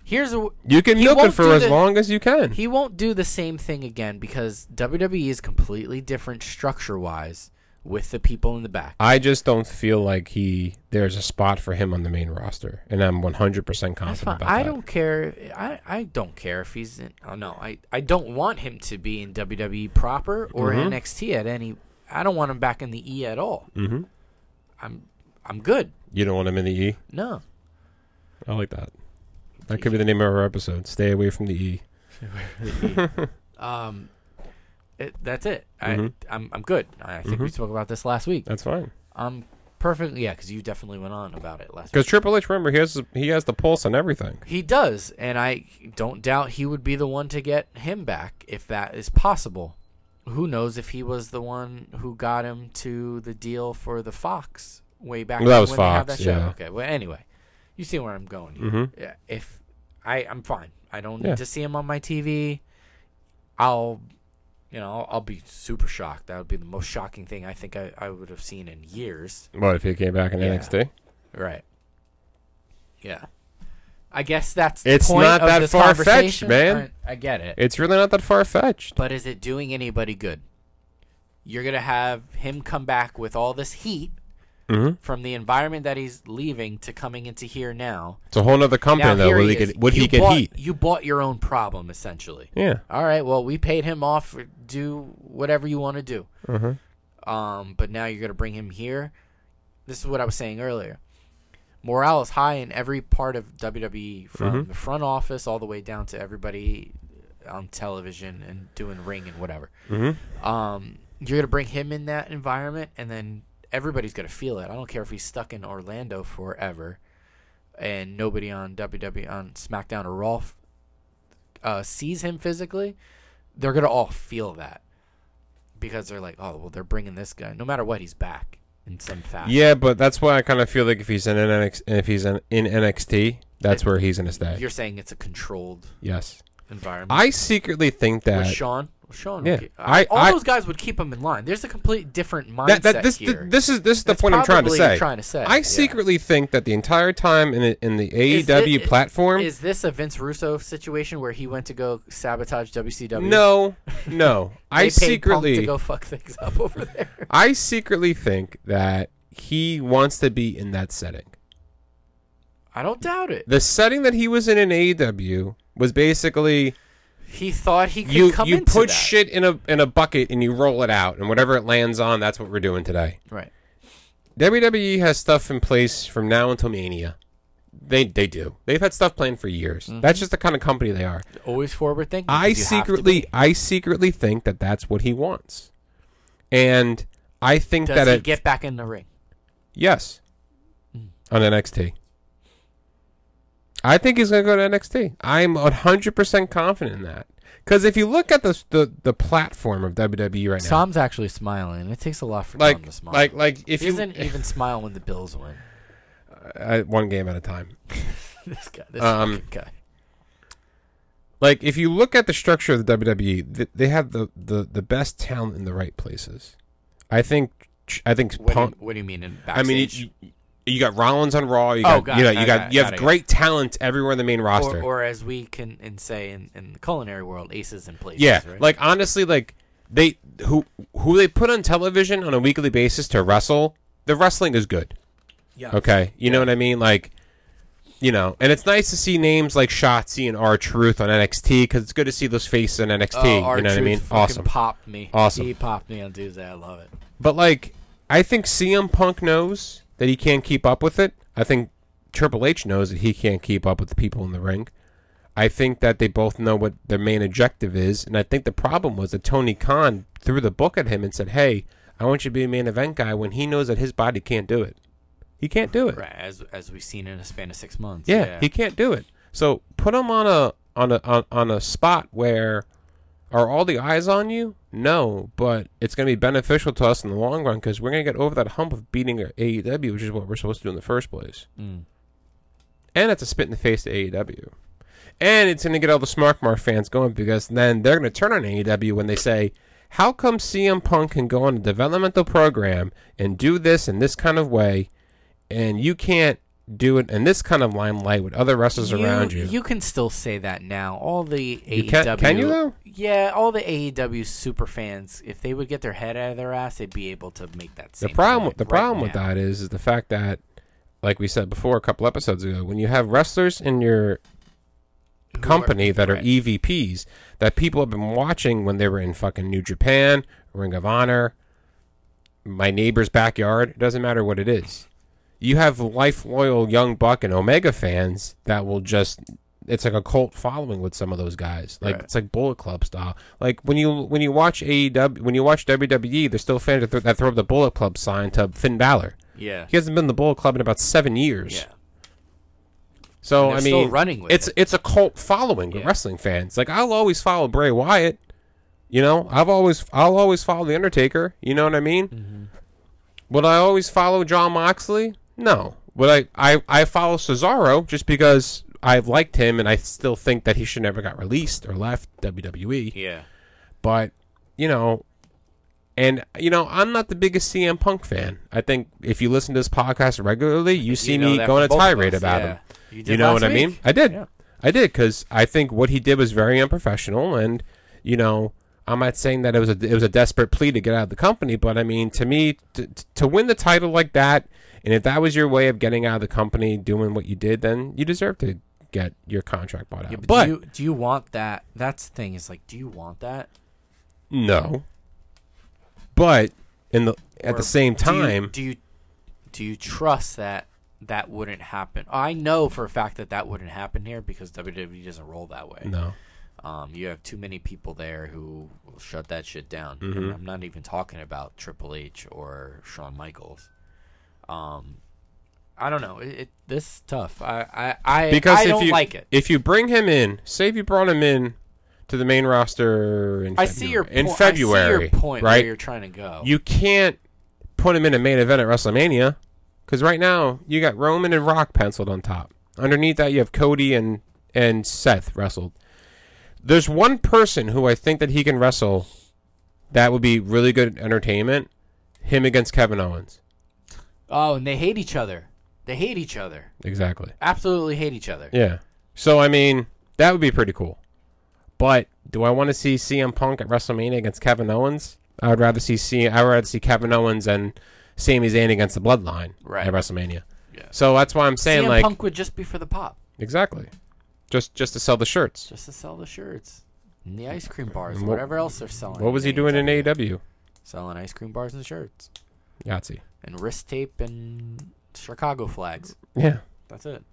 S3: Here's a
S2: You can
S3: he
S2: milk it
S3: won't
S2: for
S3: do
S2: as
S3: the-
S2: long as you can.
S3: He won't do the same thing again because WWE is completely different structure wise with the people in the back.
S2: I just don't feel like he there's a spot for him on the main roster, and I'm 100 percent
S3: That's
S2: confident
S3: fine.
S2: about
S3: I
S2: that.
S3: don't care. I, I don't care if he's in. Oh no, I, I don't want him to be in WWE proper or NXT at any. I don't want him back in the E at all. Mm-hmm. I'm I'm good.
S2: You don't want him in the E.
S3: No,
S2: I like that. That could be the name of our episode. Stay away from the E.
S3: um, it, that's it. I I'm I'm good. I, I think we spoke about this last week.
S2: That's fine.
S3: I'm perfect. Yeah, because you definitely went on about it last. week.
S2: Because Triple H, remember, he has he has the pulse on everything.
S3: He does, and I don't doubt he would be the one to get him back if that is possible. Who knows if he was the one who got him to the deal for the Fox way back
S2: Well, that was
S3: when they had
S2: Fox,
S3: that show.
S2: yeah. Mm-hmm.
S3: Okay, well anyway, you see where I'm going here. Yeah, if I I'm fine. I don't
S2: Yeah.
S3: need to see him on my TV. I'll you know, I'll, I'll be super shocked. That would be the most shocking thing I think I, I would have seen in years.
S2: What if he came back in
S3: Yeah.
S2: NXT?
S3: Right. Yeah. I guess that's the
S2: It's
S3: point
S2: not
S3: of
S2: that
S3: this
S2: far-fetched,
S3: conversation.
S2: man.
S3: I, I get it.
S2: It's really not that far fetched.
S3: But is it doing anybody good? You're gonna have him come back with all this heat
S2: Mm-hmm.
S3: from the environment that he's leaving to coming into here now.
S2: It's a whole nother company
S3: Now
S2: though.
S3: here
S2: Would he
S3: he is.
S2: get would
S3: You
S2: he get
S3: bought,
S2: heat?
S3: You bought your own problem essentially.
S2: Yeah.
S3: All right. Well, we paid him off. Do whatever you want to do.
S2: Mm-hmm.
S3: Um, but now you're gonna bring him here. This is what I was saying earlier. Morale is high in every part of WWE, from the front office all the way down to everybody on television and doing ring and whatever. Um, you're gonna bring him in that environment, and then everybody's gonna feel it. I don't care if he's stuck in Orlando forever, and nobody on WWE on SmackDown or Raw f- uh, sees him physically. They're gonna all feel that because they're like, oh well, they're bringing this guy. No matter what, he's back in some fashion.
S2: Yeah, but that's why I kind of feel like if he's in NXT, if he's in, in NXT, that's where he's gonna stay.
S3: You're saying it's a controlled
S2: Yes,
S3: environment.
S2: I secretly think that
S3: with Sean, Sean,
S2: Yeah.
S3: would keep- I-
S2: I-
S3: all
S2: I-
S3: those guys would keep him in line. There's a complete different mindset
S2: that, that this
S3: here.
S2: this is this is the
S3: That's
S2: point I'm trying to
S3: probably what
S2: say.
S3: you're trying to say,
S2: I
S3: yeah.
S2: secretly think that the entire time in the, in the
S3: Is
S2: AEW
S3: thi-
S2: E platform,
S3: Is this a Vince Russo situation where he went to go sabotage WCW?
S2: no, no,
S3: They
S2: I
S3: paid
S2: secretly
S3: Punk to go fuck things up over there.
S2: I secretly think that he wants to be in that setting.
S3: I don't doubt it.
S2: The setting that he was in in AEW was basically
S3: He thought he could
S2: you
S3: come
S2: you
S3: into
S2: put
S3: that.
S2: shit in a in a bucket and you roll it out and whatever it lands on that's what we're doing today.
S3: right.
S2: WWE has stuff in place from now until Mania. They they do. They've had stuff planned for years. That's just the kind of company they are.
S3: Always forward thinking.
S2: I
S3: 'cause Mm-hmm. you have to
S2: secretly
S3: be.
S2: I secretly think that that's what he wants. And I think
S3: does
S2: that
S3: he
S2: it,
S3: get back in the ring?
S2: Yes.
S3: Hmm.
S2: On NXT. I think he's going to go to NXT. I'm 100% confident in that. Because if you look at the, the the platform of WWE right now,
S3: Tom's actually smiling. It takes a lot for Tom
S2: like
S3: to smile.
S2: like like if
S3: he
S2: you
S3: doesn't even smile when the Bills win.
S2: uh, one game at a time,
S3: This guy, this
S2: Um,
S3: fucking guy.
S2: like if you look at the structure of the WWE, th- they have the, the, the best talent in the right places. I think I think
S3: What,
S2: Punk.
S3: do you, what do you mean in
S2: I
S3: backstage?
S2: mean, you, you- you got Rollins on Raw. You
S3: Oh,
S2: got,
S3: got
S2: you know
S3: it,
S2: you
S3: I
S2: got,
S3: got it,
S2: you
S3: got
S2: have
S3: it, got
S2: great talent everywhere in the main roster.
S3: or, or as we can and say in, in the culinary world, aces and places.
S2: Yeah,
S3: right?
S2: like honestly, like they who who they put on television on a weekly basis to wrestle, the wrestling is good.
S3: yeah.
S2: Okay, you know what I mean? Like, you know, and it's nice to see names like Shotzi and R Truth on NXT because it's good to see those faces on NXT.
S3: Oh,
S2: you know what I
S3: R-Truth
S2: mean?
S3: fucking
S2: Awesome.
S3: Popped me.
S2: Awesome.
S3: He popped me on Tuesday. I love it.
S2: But like, I think CM Punk knows that he can't keep up with it. I think Triple H knows that he can't keep up with the people in the ring. I think that they both know what their main objective is, and I think the problem was that Tony Khan threw the book at him and said, "Hey, I want you to be a main event guy," when he knows that his body can't do it. He can't do it.
S3: Right, as as we've seen in a span of six months.
S2: Yeah, he can't do it. So put him on a on a on, on a spot where Are all the eyes on you? No, but it's going to be beneficial to us in the long run because we're going to get over that hump of beating AEW, which is what we're supposed to do in the first place. And that's a E spit in the face to AEW. And it's going to get all the SmartMark fans going because then they're going to turn on AEW when they say, How come CM Punk can go on a developmental program and do this in this kind of way, and you can't do it in this kind of limelight with other wrestlers around you?
S3: You can still say that now. All the
S2: You
S3: AEW.
S2: can- can you, though?
S3: Yeah, all the AEW super fans, if they would get their head out of their ass, they'd be able to make that.
S2: the
S3: Same
S2: problem
S3: point
S2: the
S3: right
S2: problem with
S3: now.
S2: that is is the fact that like we said before a couple episodes ago when you have wrestlers in your company that are
S3: right.
S2: EVPs that people have been watching when they were in fucking New Japan, Ring of Honor, my neighbor's backyard, it doesn't matter what it is. You have life loyal young buck and omega fans that will just it's like a cult following with some of those guys. Like
S3: Right.
S2: it's like Bullet Club style. Like when you when you watch AEW when you watch WWE, there's still fans that, th- that throw up the Bullet Club sign to Finn Balor.
S3: Yeah.
S2: He hasn't been in the Bullet Club in about 7 years.
S3: Yeah.
S2: So
S3: And
S2: I
S3: they're still
S2: mean,
S3: running with
S2: it's it's a cult following of
S3: Yeah.
S2: wrestling fans. Like I'll always follow Bray Wyatt. You know, I've always I'll always follow the Undertaker. You know what I mean?
S3: Mm-hmm.
S2: Would I always follow John Moxley? No. Would I, I I follow Cesaro just because I've liked him and I still think that he should never got released or left E. WWE.
S3: Yeah.
S2: But you know, and you know, I'm not the biggest CM Punk fan. I think if you listen to this podcast regularly, you see
S3: know
S2: me
S3: that
S2: go on
S3: from
S2: a
S3: both of
S2: tirade
S3: us,
S2: about
S3: yeah.
S2: him.
S3: You did
S2: You know
S3: last
S2: what I mean?
S3: week.
S2: I did.
S3: Yeah.
S2: I did because I think what he did was very unprofessional, and you know, I'm not saying that it was a it was a desperate plea to get out of the company, but I mean, to me, to, to win the title like that, and if that was your way of getting out of the company, doing what you did, then you deserve to get your contract bought out.
S3: Yeah, but,
S2: but
S3: do you do you want that? That's the thing. Is like, do you want that?
S2: no, but in the at
S3: Or
S2: the same
S3: do you-
S2: time,
S3: do you do you trust that that wouldn't happen? I know for a fact that that wouldn't happen here because WWE doesn't roll that way.
S2: no,
S3: Um, you have too many people there who will shut that shit down.
S2: Mm-hmm.
S3: And I'm not even talking about Triple H or Shawn Michaels. Um, I don't know. It, it this is tough. I I I,
S2: because
S3: I
S2: if
S3: don't
S2: you
S3: like it.
S2: if you bring him in, say if you brought him in to the main roster in
S3: I
S2: February,
S3: see your
S2: in
S3: po-
S2: February,
S3: I see your point
S2: right?
S3: where you're trying to go.
S2: you can't put him in a main event at WrestleMania because right now you got Roman and Rock penciled on top. Underneath that, you have Cody and and Seth wrestled. There's one person who I think that he can wrestle that would be really good entertainment. Him against Kevin Owens.
S3: oh, and they hate each other. They hate each other.
S2: Exactly.
S3: Absolutely hate each other.
S2: Yeah. So I mean, that would be pretty cool. But do I want to see CM Punk at WrestleMania against Kevin Owens? I would rather see C- I would rather see Kevin Owens and Sami Zayn against the Bloodline
S3: Right.
S2: at WrestleMania.
S3: Yeah.
S2: So that's why I'm saying
S3: CM
S2: like
S3: Punk would just be for the pop,
S2: exactly, just just to sell the shirts.
S3: just to sell the shirts and the ice cream bars,
S2: Hmm. And
S3: and
S2: what-
S3: whatever else they're selling.
S2: What was he doing in AEW?
S3: Selling ice cream bars and shirts,
S2: Yahtzee.
S3: and wrist tape and Chicago flags.
S2: Yeah.
S3: That's it.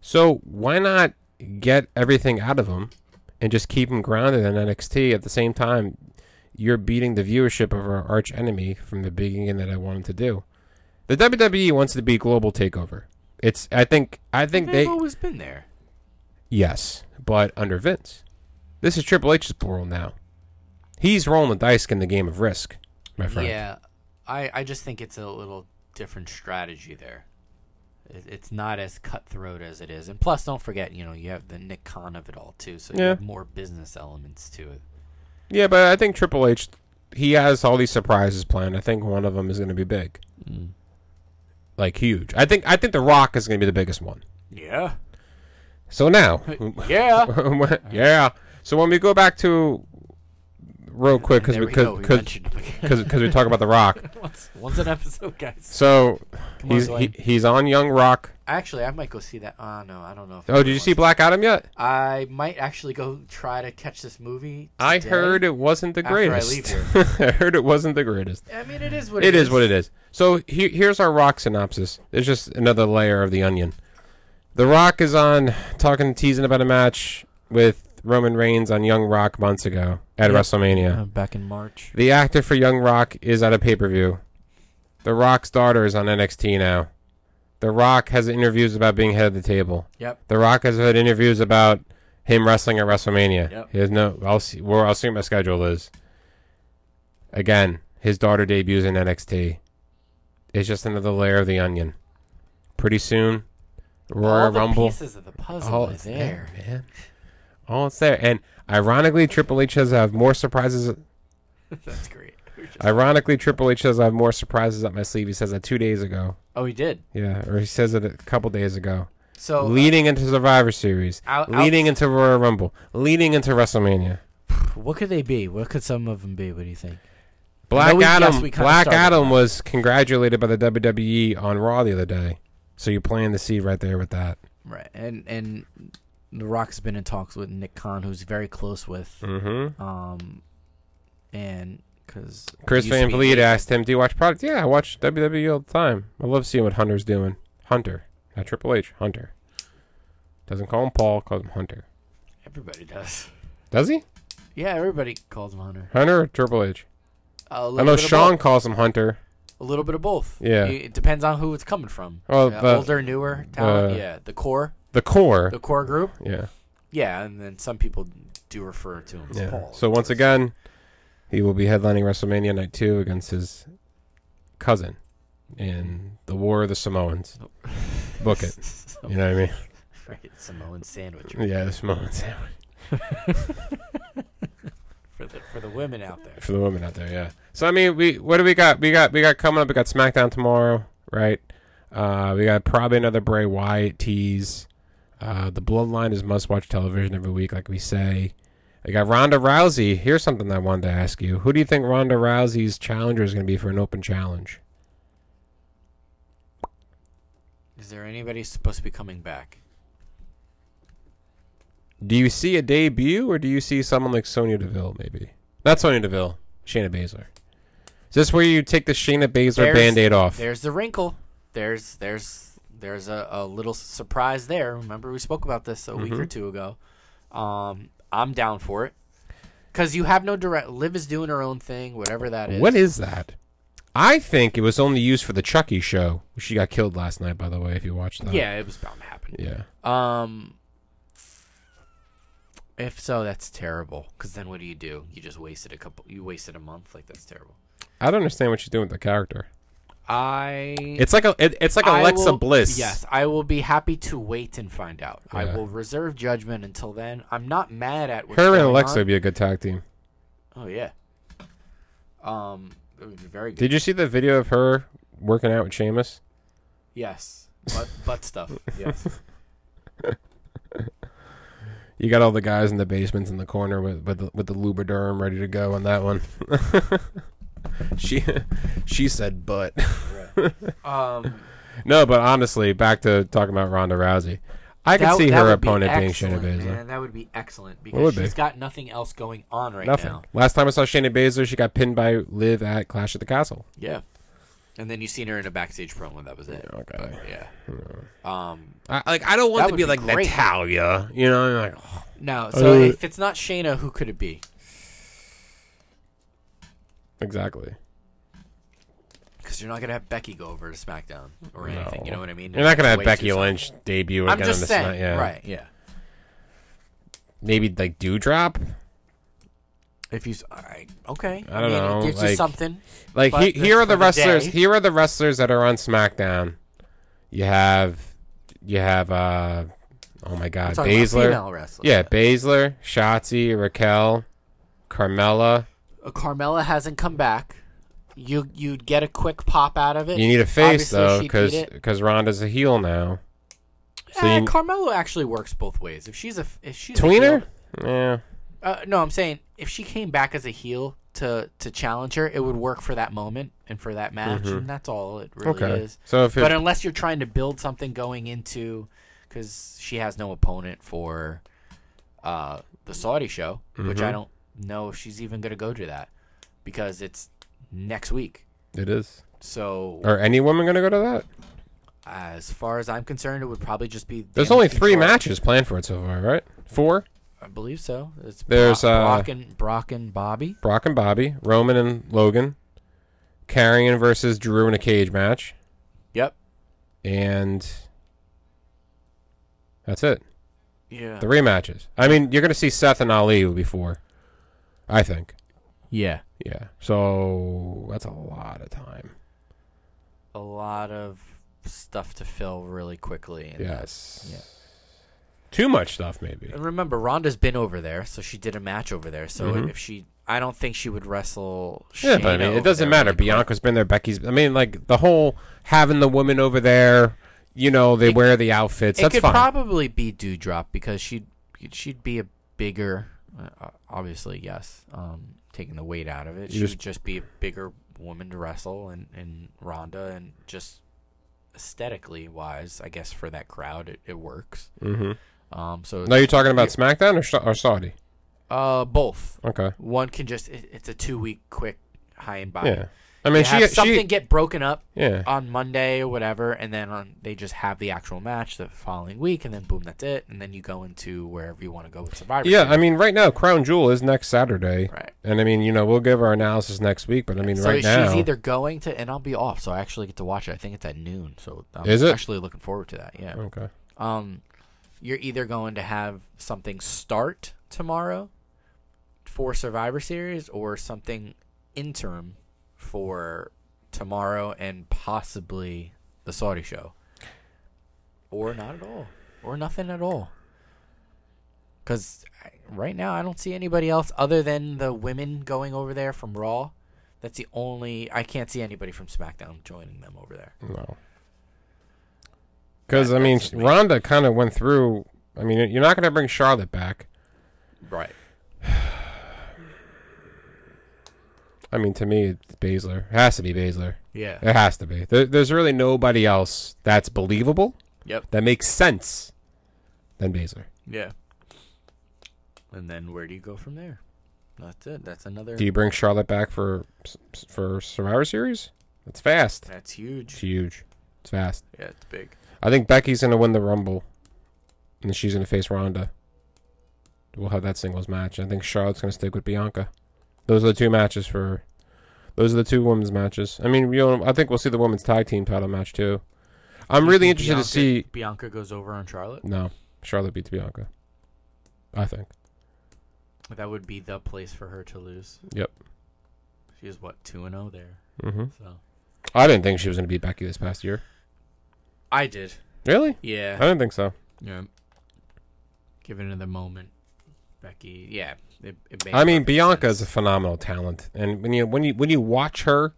S2: So why not get everything out of him and just keep him grounded in NXT at the same time you're beating the viewership of our arch enemy from the beginning that I wanted to do. The WWE wants to be global takeover. It's I think I think
S3: They've
S2: they
S3: always been there.
S2: yes, but under Vince. This is Triple H's world now. He's rolling the dice in the game of risk, my friend.
S3: Yeah, I I just think it's a little different strategy there. It- It's not as cutthroat as it is, and plus, don't forget, you know, you have the Nick Khan of it all too, so you
S2: Yeah.
S3: have more business elements to it.
S2: Yeah, but I think Triple H, he has all these surprises planned. I think one of them is going to be big, like huge. I think I think The Rock is going to be the biggest one.
S3: Yeah,
S2: So now,
S3: yeah.
S2: yeah. So when we go back to real quick because
S3: there we go. We mentioned him again.
S2: because we talk about The Rock.
S3: once, once an episode, guys.
S2: So
S3: on,
S2: he's he,
S3: Dwayne.
S2: he's on Young Rock.
S3: Actually, I might go see that. Oh, no, I don't know. If
S2: Oh, did you see Black Adam yet?
S3: I might actually go try to catch this movie.
S2: I
S3: today.
S2: heard it wasn't the
S3: after I
S2: greatest.
S3: leave
S2: I heard it wasn't the greatest.
S3: I mean, it is what
S2: It is what it is. So he- here's our Rock synopsis. There's just another layer of the onion. The Rock is on talking, teasing about a match with Roman Reigns on Young Rock months ago at WrestleMania.
S3: back in March.
S2: The actor for Young Rock is at a pay per view. The Rock's daughter is on NXT now. The Rock has interviews about being head of the table.
S3: Yep.
S2: The Rock has had interviews about him wrestling at WrestleMania.
S3: Yep.
S2: He has no. I'll see. Well, I'll see what my schedule is. Again, his daughter debuts in NXT. It's just another layer of the onion. Pretty soon, Royal
S3: All the
S2: Rumble.
S3: pieces of the puzzle
S2: All
S3: are
S2: it's
S3: there.
S2: there, man. All it's there, and ironically, Triple H has have more surprises.
S3: That's great.
S2: Ironically, Triple H says I have more surprises up my sleeve. He says that two days ago.
S3: Oh, he did.
S2: Yeah, or he says it a couple days ago.
S3: So uh,
S2: leading into Survivor Series,
S3: Out-
S2: leading into Royal Rumble, leading into WrestleMania.
S3: what could they be? What could some of them be? What do you think?
S2: Black
S3: No, we- yes,
S2: Adam.
S3: we kinda
S2: Black
S3: started
S2: Adam was congratulated by the WWE on Raw the other day. So you're playing the seed right there with that.
S3: Right, and and The Rock's been in talks with Nick Khan, who's very close with,
S2: Mm-hmm.
S3: um, and because
S2: Chris Van Vliet asked him, "Do you watch product?" Yeah, I watch WWE all the time. I love seeing what Hunter's doing. Hunter, not Triple H. Hunter doesn't call him Paul, calls him Hunter.
S3: Everybody does.
S2: Does he?
S3: Yeah, everybody calls him Hunter.
S2: Hunter or Triple H?
S3: A little
S2: I know
S3: bit of
S2: Sean
S3: both.
S2: calls him Hunter.
S3: A little bit of both.
S2: Yeah.
S3: it, it depends on who it's coming from.
S2: Well,
S3: Yeah,
S2: the-
S3: older, newer talent.
S2: uh,
S3: yeah, the core,
S2: The core.
S3: the core group.
S2: yeah.
S3: Yeah, and then some people do refer to him as
S2: Yeah.
S3: Paul.
S2: So once again, he will be headlining WrestleMania Night Two against his cousin in the War of the Samoans. Book it. You know what I
S3: Right, Samoan sandwich
S2: mean? Yeah, the Samoan sandwich
S3: for the for the women out there.
S2: for the women out there. Yeah. So I mean, we what do we got? We got we got coming up. We got SmackDown tomorrow, right? Uh, we got probably another Bray Wyatt tease. Uh, the Bloodline is must-watch television every week, like we say. I got Ronda Rousey. Here's something I wanted to ask you: Who do you think Ronda Rousey's challenger is going to be for an open challenge?
S3: Is there anybody supposed to be coming back?
S2: Do you see a debut, or do you see someone like Sonya Deville, maybe? Not Sonya Deville, Shayna Baszler. Is this where you take the Shayna Baszler
S3: There's-
S2: band aid off?
S3: There's the wrinkle. There's there's there's a, a little surprise there. Remember we spoke about this a
S2: Mm-hmm.
S3: week or two ago. Um, I'm down for it because you have no direct. Liv is doing her own thing, whatever that is.
S2: What is that? I think it was only used for the Chucky show. She got killed last night, by the way, if you watched that.
S3: Yeah, it was bound to happen.
S2: Yeah.
S3: Um, if so, that's terrible. Because then what do you do? You just wasted a couple. You wasted a month. Like that's terrible.
S2: I don't understand what she's doing with the character.
S3: I.
S2: It's like a it, it's like
S3: I
S2: Alexa
S3: will-
S2: Bliss.
S3: Yes, I will be happy to wait and find out. I
S2: Yeah.
S3: will reserve judgment until then. I'm not mad at what's
S2: Her
S3: going
S2: and Alexa
S3: on.
S2: would be a good tag team.
S3: Oh yeah. Um, it would be very good.
S2: Did you see the video of her working out with Sheamus?
S3: yes, butt butt stuff. Yes.
S2: You got all the guys in the basements in the corner with with the, with the Lubriderm ready to go on that one. she she said, "But
S3: Um,
S2: no, but honestly, back to talking about Ronda Rousey, I could
S3: that,
S2: see
S3: that
S2: her
S3: would be
S2: opponent being Shayna
S3: excellent,
S2: Baszler.
S3: Man, that would be excellent because
S2: would
S3: she's
S2: be.
S3: got nothing else going on right
S2: Nothing.
S3: now.
S2: Last time I saw Shayna Baszler, she got pinned by Liv at Clash at the Castle.
S3: Yeah. And then you seen her in a backstage promo. That was it.
S2: Okay,
S3: Yeah. Um.
S2: I, like I don't want
S3: That
S2: to
S3: would
S2: be,
S3: be
S2: like
S3: great.
S2: Natalia, you know? I'm like, oh,
S3: No. So
S2: Uh,
S3: if it's not Shayna, who could it be?
S2: exactly.
S3: Because you're not gonna have Becky go over to SmackDown or anything. You know what I mean?
S2: You're not gonna have
S3: Way
S2: Becky
S3: too soon.
S2: Lynch debut again
S3: I'm just
S2: on this
S3: saying.
S2: night. Yeah,
S3: Right. Yeah.
S2: Maybe like Dewdrop.
S3: If you, s- all right, okay.
S2: I don't know,
S3: It gives
S2: like-
S3: you something.
S2: Like
S3: But
S2: he,
S3: the-
S2: here are
S3: for
S2: the
S3: the
S2: wrestlers.
S3: day-
S2: here are the wrestlers that are on SmackDown. You have, you have. uh Oh my God,
S3: Talking about
S2: Baszler.
S3: female wrestling.
S2: Yeah, Baszler, Shotzi, Raquel, Carmella.
S3: Uh, Carmella hasn't come back. You you'd get a quick pop out of it.
S2: You need a face
S3: Obviously,
S2: though,
S3: she'd beat
S2: because
S3: it.
S2: because Ronda's a heel now. So
S3: Eh,
S2: you-
S3: Carmella actually works both ways. If she's a f- if she's a
S2: tweener.
S3: heel-
S2: Yeah,
S3: uh, no, I'm saying if she came back as a heel to to challenge her, it would work for that moment and for that match, and that's all it really
S2: Mm-hmm. Okay.
S3: is.
S2: So if it-
S3: but um, unless you're trying to build something going into, because she has no opponent for uh, the Saudi show, which
S2: Mm-hmm.
S3: I don't know if she's even going to go to that because it's next week.
S2: it is.
S3: So
S2: Are any women gonna go to that?
S3: as far as I'm concerned, it would probably just be
S2: There's
S3: damage
S2: only three
S3: control.
S2: matches planned for it so far, right? Four.
S3: I believe so. It's
S2: There's,
S3: Bro-
S2: uh,
S3: Brock and Brock and Bobby.
S2: Brock and Bobby, Roman and Logan, Carrion versus Drew in a cage match.
S3: Yep.
S2: and that's it.
S3: Yeah.
S2: The rematches. I mean, you're going to see Seth and Ali before, I think.
S4: Yeah.
S2: Yeah. So that's a lot of time.
S3: a lot of stuff to fill really quickly. And,
S2: Yes. Too much stuff, maybe.
S3: and remember, Ronda's been over there, so she did a match over there. So if she, I don't think she would wrestle.
S2: Mm-hmm. Yeah, but I
S3: Shayna
S2: mean,
S3: over
S2: it doesn't
S3: there
S2: matter.
S3: really quick.
S2: Bianca's been there. Becky's. I mean, like the whole having the women over there. You know, they
S3: It-
S2: wear the outfits.
S3: It
S2: That's
S3: could
S2: fine.
S3: probably be Dewdrop because she'd she'd be a bigger, uh, obviously yes, um, taking the weight out of it. She
S2: just-
S3: would just be a bigger woman to wrestle, and and Ronda, and just aesthetically wise, I guess for that crowd, it, it works. Mm-hmm. Um, so
S2: now you're talking about SmackDown or, Sa- or Saudi?
S3: uh, both
S2: Okay.
S3: one can just it, it's a two week quick high and body.
S2: Yeah. I mean,
S3: They have
S2: she.
S3: something
S2: she
S3: get broken up
S2: yeah.
S3: on Monday or whatever, and then on they just have the actual match the following week, and then boom, that's it, and then you go into wherever you want to go with Survivor.
S2: Yeah.
S3: Series.
S2: I mean, right now, Crown Jewel is next Saturday.
S3: Right.
S2: And I mean, you know, we'll give our analysis next week. But I mean,
S3: so
S2: right
S3: she's
S2: now,
S3: either going to, and I'll be off, so I actually get to watch it. I think it's at noon, so I'm
S2: Is it?
S3: actually looking forward to that. Yeah.
S2: okay.
S3: Um, you're either going to have something start tomorrow for Survivor Series or something interim for tomorrow and possibly the Saudi show. Or not at all. Or nothing at all. Because right now, I don't see anybody else other than the women going over there from Raw. That's the only. I can't see anybody from SmackDown joining them over there.
S2: No. Because I mean, Rhonda kind of went through. I mean, you're not going to bring Charlotte back.
S3: Right.
S2: I mean, to me, it's Baszler It has to be Baszler.
S3: Yeah.
S2: It has to be. There, there's really nobody else that's believable
S3: Yep.
S2: that makes sense than Baszler.
S3: Yeah. And then where do you go from there? That's it. That's another.
S2: Do you bring Charlotte back for for Survivor Series? That's fast.
S3: That's
S2: It's
S3: huge.
S2: huge. It's fast.
S3: Yeah, it's big.
S2: I think Becky's gonna win the Rumble, and she's gonna face Ronda. We'll have that singles match. I think Charlotte's gonna stick with Bianca. Those are the two matches for. Those are the two women's matches. I mean, you know, I think we'll see the women's tag team title match too. I'm really interested to see.
S3: Bianca goes over on Charlotte.
S2: No, Charlotte beats Bianca. I think.
S3: That would be the place for her to lose.
S2: Yep.
S3: She is what two and zero there.
S2: Mm-hmm.
S3: So
S2: I didn't think she was gonna beat Becky this past year.
S3: I did.
S2: Really? I
S3: Yeah.
S2: didn't think so.
S3: Yeah. Given another moment, Becky. Yeah. It, it made
S2: I mean,
S3: perfect
S2: Bianca
S3: sense.
S2: is a phenomenal talent, and when you when you when you watch her,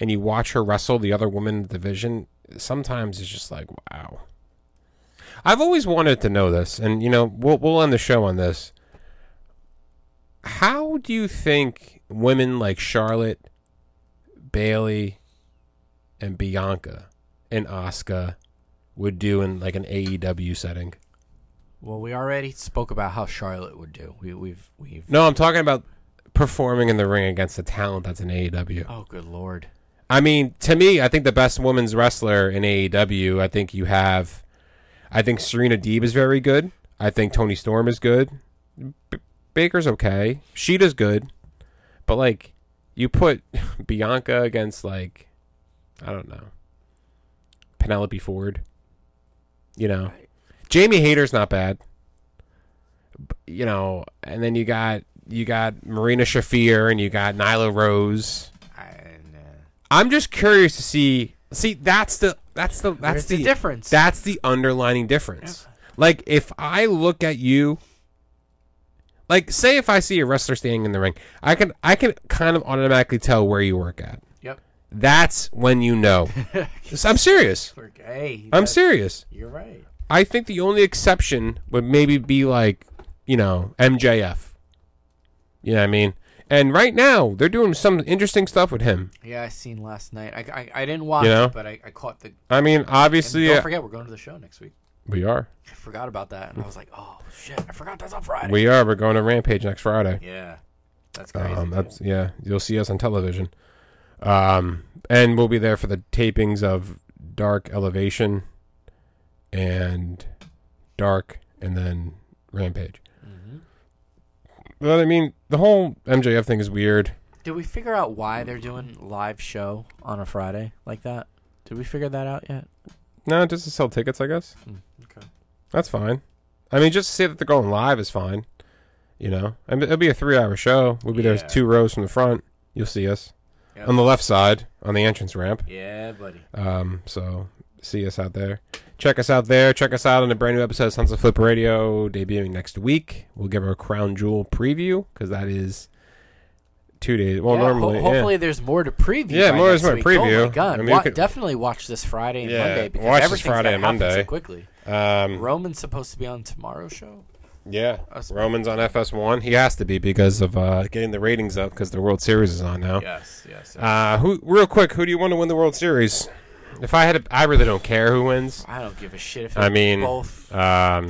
S2: and you watch her wrestle the other women in the division, sometimes it's just like wow. I've always wanted to know this, and you know, we'll we'll end the show on this. How do you think women like Charlotte, Bailey, and Bianca, and Asuka would do in like an AEW setting?
S3: Well, we already spoke about how Charlotte would do. We, we've we've.
S2: No, I'm talking about performing in the ring against the talent that's in E AEW.
S3: Oh, good lord.
S2: I mean, to me, I think the best women's wrestler in AEW, I think you have. I think Serena Deeb is very good. I think Tony Storm is good. B- Baker's okay. Sheeta's good. But, like, you put Bianca against, like, I don't know, Penelope Ford. You know, Jamie Hayter's not bad. B- You know, and then you got you got Marina Shafir and you got Nyla Rose.
S3: I, uh, nah.
S2: I'm just curious to see. See, that's the that's the that's
S3: Where's
S2: the,
S3: the difference?
S2: That's the underlining difference. Like if I look at you, like say if I see a wrestler standing in the ring, I can I can kind of automatically tell where you work at.
S3: Yep.
S2: That's when you know. I'm serious.
S3: Okay.
S2: I'm serious.
S3: You're right.
S2: I think the only exception would maybe be like, you know, MJF. You know what I mean? And right now they're doing some interesting stuff with him.
S3: Yeah, I seen last night. I, I, I didn't watch
S2: You know?
S3: it, but I, I caught the.
S2: I mean,
S3: And
S2: obviously,
S3: don't
S2: uh,
S3: forget, we're going to the show next week.
S2: we are.
S3: I forgot about that, and I was like, oh shit, I forgot that's on Friday.
S2: We are. We're going to Rampage next Friday.
S3: yeah, that's crazy.
S2: Um, that's yeah. You'll see us on television, um, and we'll be there for the tapings of Dark Elevation and Dark, and then Rampage.
S3: Mm-hmm.
S2: But I mean, the whole MJF thing is weird.
S3: Did we figure out why they're doing live show on a Friday like that? Did we figure that out yet?
S2: No, just to sell tickets, I guess.
S3: Hmm, okay.
S2: That's fine. I mean, just to say that they're going live is fine. You know, I mean, it'll be a three-hour show. We'll be
S3: Yeah.
S2: there two rows from the front. You'll see us
S3: Yep.
S2: on the left side on the entrance ramp.
S3: Yeah, buddy.
S2: Um, so see us out there. Check us out there. Check us out on a brand new episode of Sunset Flip Radio debuting next week. We'll give our crown jewel preview because that is two days. Well,
S3: Yeah, ho-
S2: normally, yeah.
S3: hopefully there's more to preview.
S2: Yeah,
S3: by
S2: more-
S3: next
S2: there's more
S3: week.
S2: preview.
S3: Oh my god!
S2: I mean,
S3: Wa-
S2: you could-
S3: definitely watch this Friday and
S2: Yeah,
S3: Monday because
S2: watch this
S3: everything's
S2: Friday
S3: gonna
S2: and
S3: happen
S2: Monday.
S3: so quickly.
S2: Um,
S3: Roman's supposed to be on tomorrow's show.
S2: yeah.
S3: Us-
S2: Roman's on FS1. He has to be because of uh, getting the ratings up because the World Series is on now.
S3: Yes, yes.
S2: Uh, who? Real quick, who do you want to win the World Series? If I had, a, I really don't care who wins.
S3: I don't give a shit if
S2: I
S3: it's
S2: mean,
S3: both.
S2: Um,
S3: uh,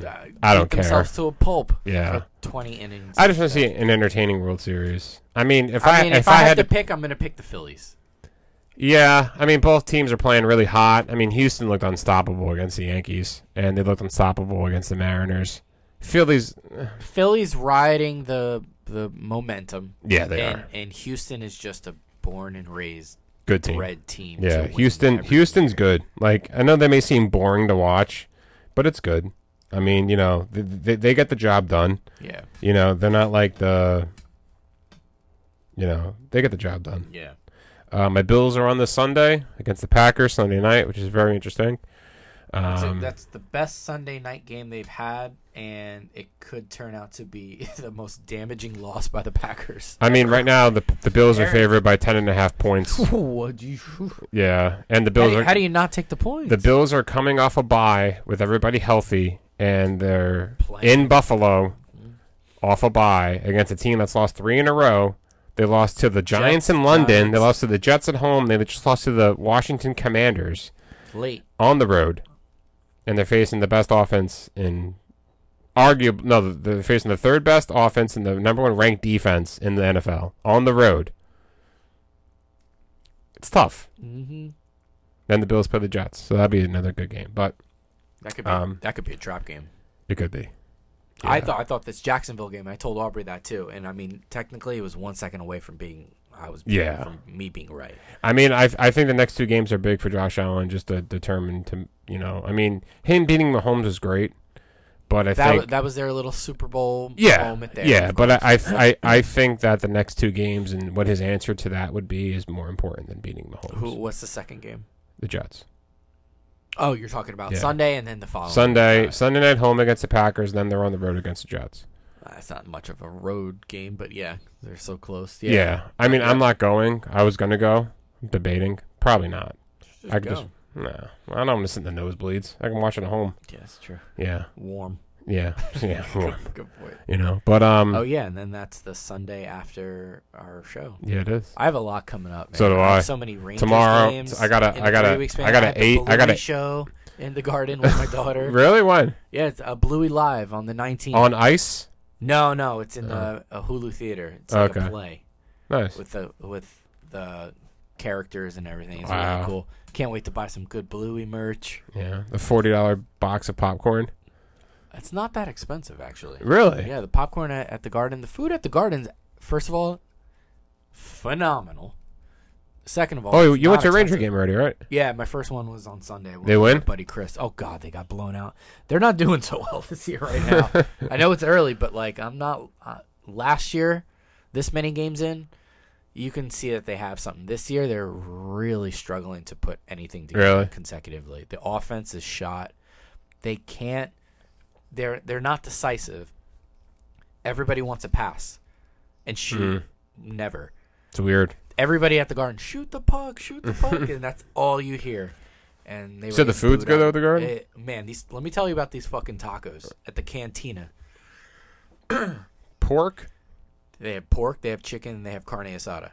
S2: I
S3: beat
S2: don't care.
S3: Themselves to a pulp.
S2: Yeah.
S3: For Twenty innings.
S2: I just want to see an entertaining World Series. I mean, if I,
S3: I mean, if, I, had to
S2: to
S3: pick, I'm gonna pick the Phillies.
S2: Yeah, I mean both teams are playing really hot. I mean Houston looked unstoppable against the Yankees, and they looked unstoppable against the Mariners. Phillies,
S3: Phillies riding the the momentum.
S2: yeah, they
S3: and,
S2: are
S3: and Houston is just a born and raised
S2: good team.
S3: red team. to
S2: yeah,
S3: win
S2: Houston,
S3: every
S2: Houston's
S3: year.
S2: good. Like I know they may seem boring to watch, but it's good. I mean, you know, they, they, they get the job done.
S3: Yeah,
S2: You know, they're not like the, you know, they get the job done.
S3: yeah.
S2: Uh, my Bills are on this Sunday against the Packers Sunday night, which is very interesting.
S3: So
S2: Um,
S3: that's the best Sunday night game they've had, and it could turn out to be the most damaging loss by the Packers.
S2: I mean, right now the the Bills are
S3: Aaron-
S2: favored by ten and a half points.
S3: What do you?
S2: Yeah, and the
S3: How
S2: Bills
S3: do,
S2: are
S3: how do you not take the points?
S2: the Bills are coming off a bye with everybody healthy, and they're
S3: Playing. Mm-hmm.
S2: in Buffalo off a bye against a team that's lost three in a row. They lost to the Giants in London. They
S3: Giants.
S2: lost to the Jets at home. They just lost to the Washington Commanders
S3: late.
S2: on the road, and they're facing the best offense in. Arguable, no, they're facing the third best offense and the number one ranked defense in the NFL on the road. It's tough.
S3: hmm
S2: Then the Bills play the Jets, so that'd be another good game. But
S3: That could be
S2: Um,
S3: that could be a trap game.
S2: it could be.
S3: I
S2: Yeah.
S3: thought I thought this Jacksonville game. I told Aubrey that too, and I mean technically it was one second away from being I was
S2: Yeah.
S3: from me being right.
S2: I mean, I I think the next two games are big for Josh Allen, just to determine to you know. I mean, him beating Mahomes is great, but I
S3: That
S2: think
S3: wa- that was their little Super Bowl
S2: yeah,
S3: moment there.
S2: yeah.
S3: of
S2: But I,
S3: course.
S2: I I I think that the next two games and what his answer to that would be is more important than beating Mahomes.
S3: who what's the second game?
S2: The Jets
S3: Oh, you're talking about
S2: Yeah.
S3: Sunday and then the following
S2: Sunday
S3: Uh,
S2: Sunday night home against the Packers, then they're on the road against the Jets.
S3: That's not much of a road game, but yeah, they're so close.
S2: Yeah,
S3: Yeah,
S2: I mean, I'm
S3: Yeah.
S2: not going. I was gonna go, debating, probably not.
S3: Just
S2: I could
S3: go.
S2: just nah. I don't want to sit in the nosebleeds. I can watch it at home.
S3: yeah, that's true.
S2: Yeah.
S3: Warm.
S2: Yeah, yeah,
S3: Good,
S2: well,
S3: good point.
S2: you know, but um,
S3: Oh yeah, and then that's the Sunday after our show.
S2: yeah, it is.
S3: I have a lot coming up. Man.
S2: So do
S3: have
S2: I.
S3: So many Rangers
S2: Tomorrow,
S3: games.
S2: I gotta-
S3: in
S2: I gotta-
S3: three weeks,
S2: I
S3: man.
S2: gotta
S3: have the
S2: eight- I gotta-
S3: Bluey show in the garden with my daughter.
S2: Really, when
S3: yeah, it's a Bluey live on the 19th.
S2: on ice?
S3: no, no, it's in the a Hulu theater. It's like
S2: Okay.
S3: a play
S2: Nice.
S3: with the with the characters and everything. It's
S2: Wow.
S3: really cool. Can't wait to buy some good Bluey merch.
S2: Yeah, the forty dollar box of popcorn.
S3: It's not that expensive actually.
S2: Really?
S3: Yeah, the popcorn at, at the garden, the food at the gardens. First of all, phenomenal. Second of all,
S2: Oh, you,
S3: it's
S2: you went
S3: not
S2: to a Ranger
S3: expensive.
S2: game already, right?
S3: Yeah, my first one was on Sunday. with
S2: They win?
S3: my buddy Chris. Oh God, they got blown out. They're not doing so well this year right now. I know it's early, but like I'm not. Uh, last year, this many games in, you can see that they have something. This year, they're really struggling to put anything together
S2: Really?
S3: consecutively. The offense is shot. They can't. They're they're not decisive. Everybody wants a pass, and shoot
S2: Mm-hmm.
S3: never
S2: It's weird.
S3: everybody at the garden shoot the puck, shoot the puck, and that's all you hear. And they
S2: So
S3: were
S2: the
S3: getting
S2: food's
S3: booed
S2: good
S3: out.
S2: though at the Garden?
S3: Eh, man, these let me tell you about these fucking tacos at the cantina.
S2: Pork.
S3: They have pork, they have chicken, and they have carne asada.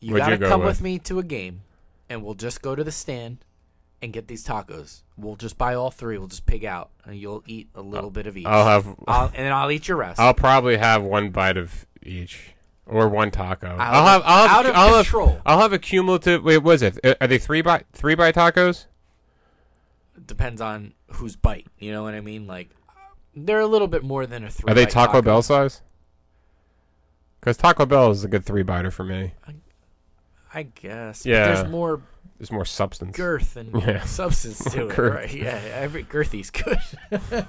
S3: You
S2: What'd
S3: gotta
S2: you go
S3: come
S2: with?
S3: with? me to a game, and we'll just go to the stand and get these tacos. We'll just buy all three. We'll just pig out, and you'll eat a little bit of each.
S2: Uh, I'll have.
S3: I'll- and then I'll eat your rest.
S2: I'll probably have one bite of each. Or one taco. I'll,
S3: of-
S2: have. I'll have,
S3: out of
S2: I'll
S3: control.
S2: Have, I'll have a cumulative. Wait, what is it? Uh, Are they three by three by tacos?
S3: Depends on whose bite. You know what I mean? Like they're a little bit more than a three.
S2: Are they
S3: bite
S2: Taco,
S3: taco.
S2: Bell size? Because Taco Bell is a good three biter for me.
S3: I guess.
S2: Yeah.
S3: But there's more
S2: There's more substance.
S3: girth and
S2: Yeah.
S3: substance to it.
S2: Girth.
S3: Right? Yeah, every girthy's good.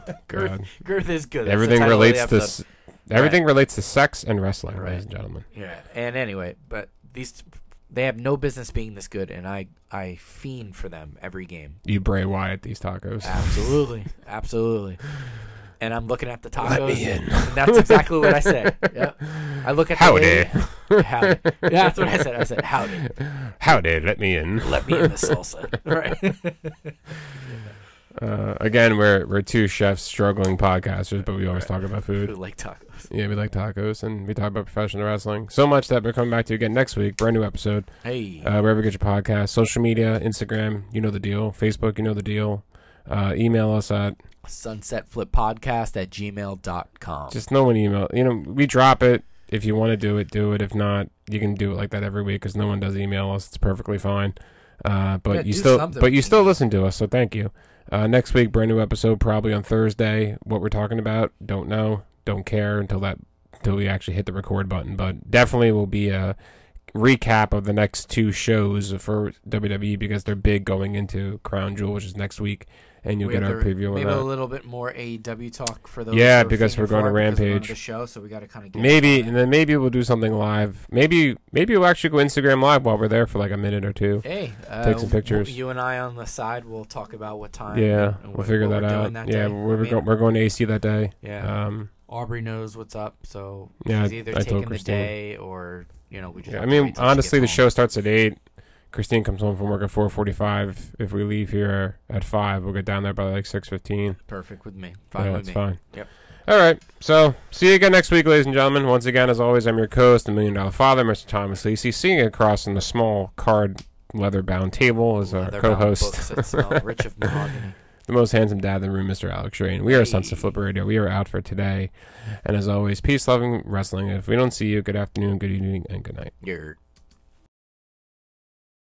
S3: girth,
S2: God.
S3: girth is good. That's the
S2: everything
S3: title of the
S2: relates to
S3: episode.
S2: s- everything relates to sex and wrestling, ladies and gentlemen.
S3: Yeah, and anyway, but these they have no business being this good, and I I fiend for them every game.
S2: You Bray Wyatt these tacos.
S3: Ah. Absolutely, absolutely. And I'm looking at the tacos,
S2: me in.
S3: and that's exactly what I say. Yep. I look at
S2: Howdy.
S3: the lady- howdy. Yeah, that's what I said. I said howdy.
S2: Howdy, let me in.
S3: Let me in the salsa. Right.
S2: Uh, again, we're we're two chefs struggling podcasters, but we always talk about
S3: Who
S2: food.
S3: like tacos?
S2: Yeah, we like tacos and we talk about professional wrestling so much that we're coming back to you again next week. Brand new episode.
S3: Hey,
S2: Uh, wherever you get your podcast, social media, Instagram, you know the deal. Facebook, you know the deal. Uh, email us at
S3: sunsetflippodcast at gmail.com.
S2: just no one email. You know, we drop it. If you want to do it, do it. If not, you can do it like that every week because no one does email us. It's perfectly fine. Uh, but
S3: Yeah,
S2: you
S3: do
S2: still,
S3: something.
S2: but you still listen to us, so thank you. Uh, next week, brand new episode, probably on Thursday. What we're talking about, don't know, don't care until that, until we actually hit the record button. But definitely will be a recap of the next two shows for WWE because they're big going into Crown Jewel, which is next week, and you'll
S3: We
S2: get
S3: have
S2: our
S3: to-
S2: preview on
S3: Maybe
S2: that.
S3: a little bit more AEW talk for those.
S2: Yeah,
S3: who are
S2: because
S3: fiending
S2: we're going
S3: for
S2: to
S3: it, because we're on
S2: Rampage.
S3: The show, so we got to kind of get
S2: Maybe
S3: into
S2: and
S3: that.
S2: then maybe we'll do something live. Maybe maybe we'll actually go Instagram live while we're there for like a minute or two.
S3: Hey, uh,
S2: Take some pictures.
S3: You and I on the side, we'll talk about what time.
S2: Yeah,
S3: and
S2: we'll
S3: what-
S2: figure
S3: what
S2: that
S3: we're doing
S2: out.
S3: that
S2: yeah,
S3: day.
S2: we're
S3: I mean,
S2: go- we're going to AC that day.
S3: yeah.
S2: Um,
S3: Aubrey knows what's up, so
S2: Yeah,
S3: she's either
S2: I told
S3: taking the
S2: Christine.
S3: day or you know we just.
S2: yeah,
S3: have
S2: I
S3: to
S2: mean,
S3: wait till she
S2: honestly, the
S3: gets home.
S2: show starts at eight. Christine comes home from work at four forty-five. If we leave here at five, we'll get down there by like six fifteen.
S3: perfect with me. Fine
S2: Yeah,
S3: with
S2: it's
S3: me.
S2: fine.
S3: Yep.
S2: All right. So, see you again next week, ladies and gentlemen. Once again, as always, I'm your co-host, the Million Dollar Father, Mr. Thomas Lisi. Seeing you across on the small card leather-bound table is our
S3: Leatherbound
S2: co-host.
S3: books that smell rich of mahogany.
S2: the most handsome dad in the room, Mr. Alex Rain. We are Sons
S3: Hey.
S2: of Flipper Radio. We are out for today. And as always, peace, loving, wrestling. If we don't see you, good afternoon, good evening, and good night.
S3: You're.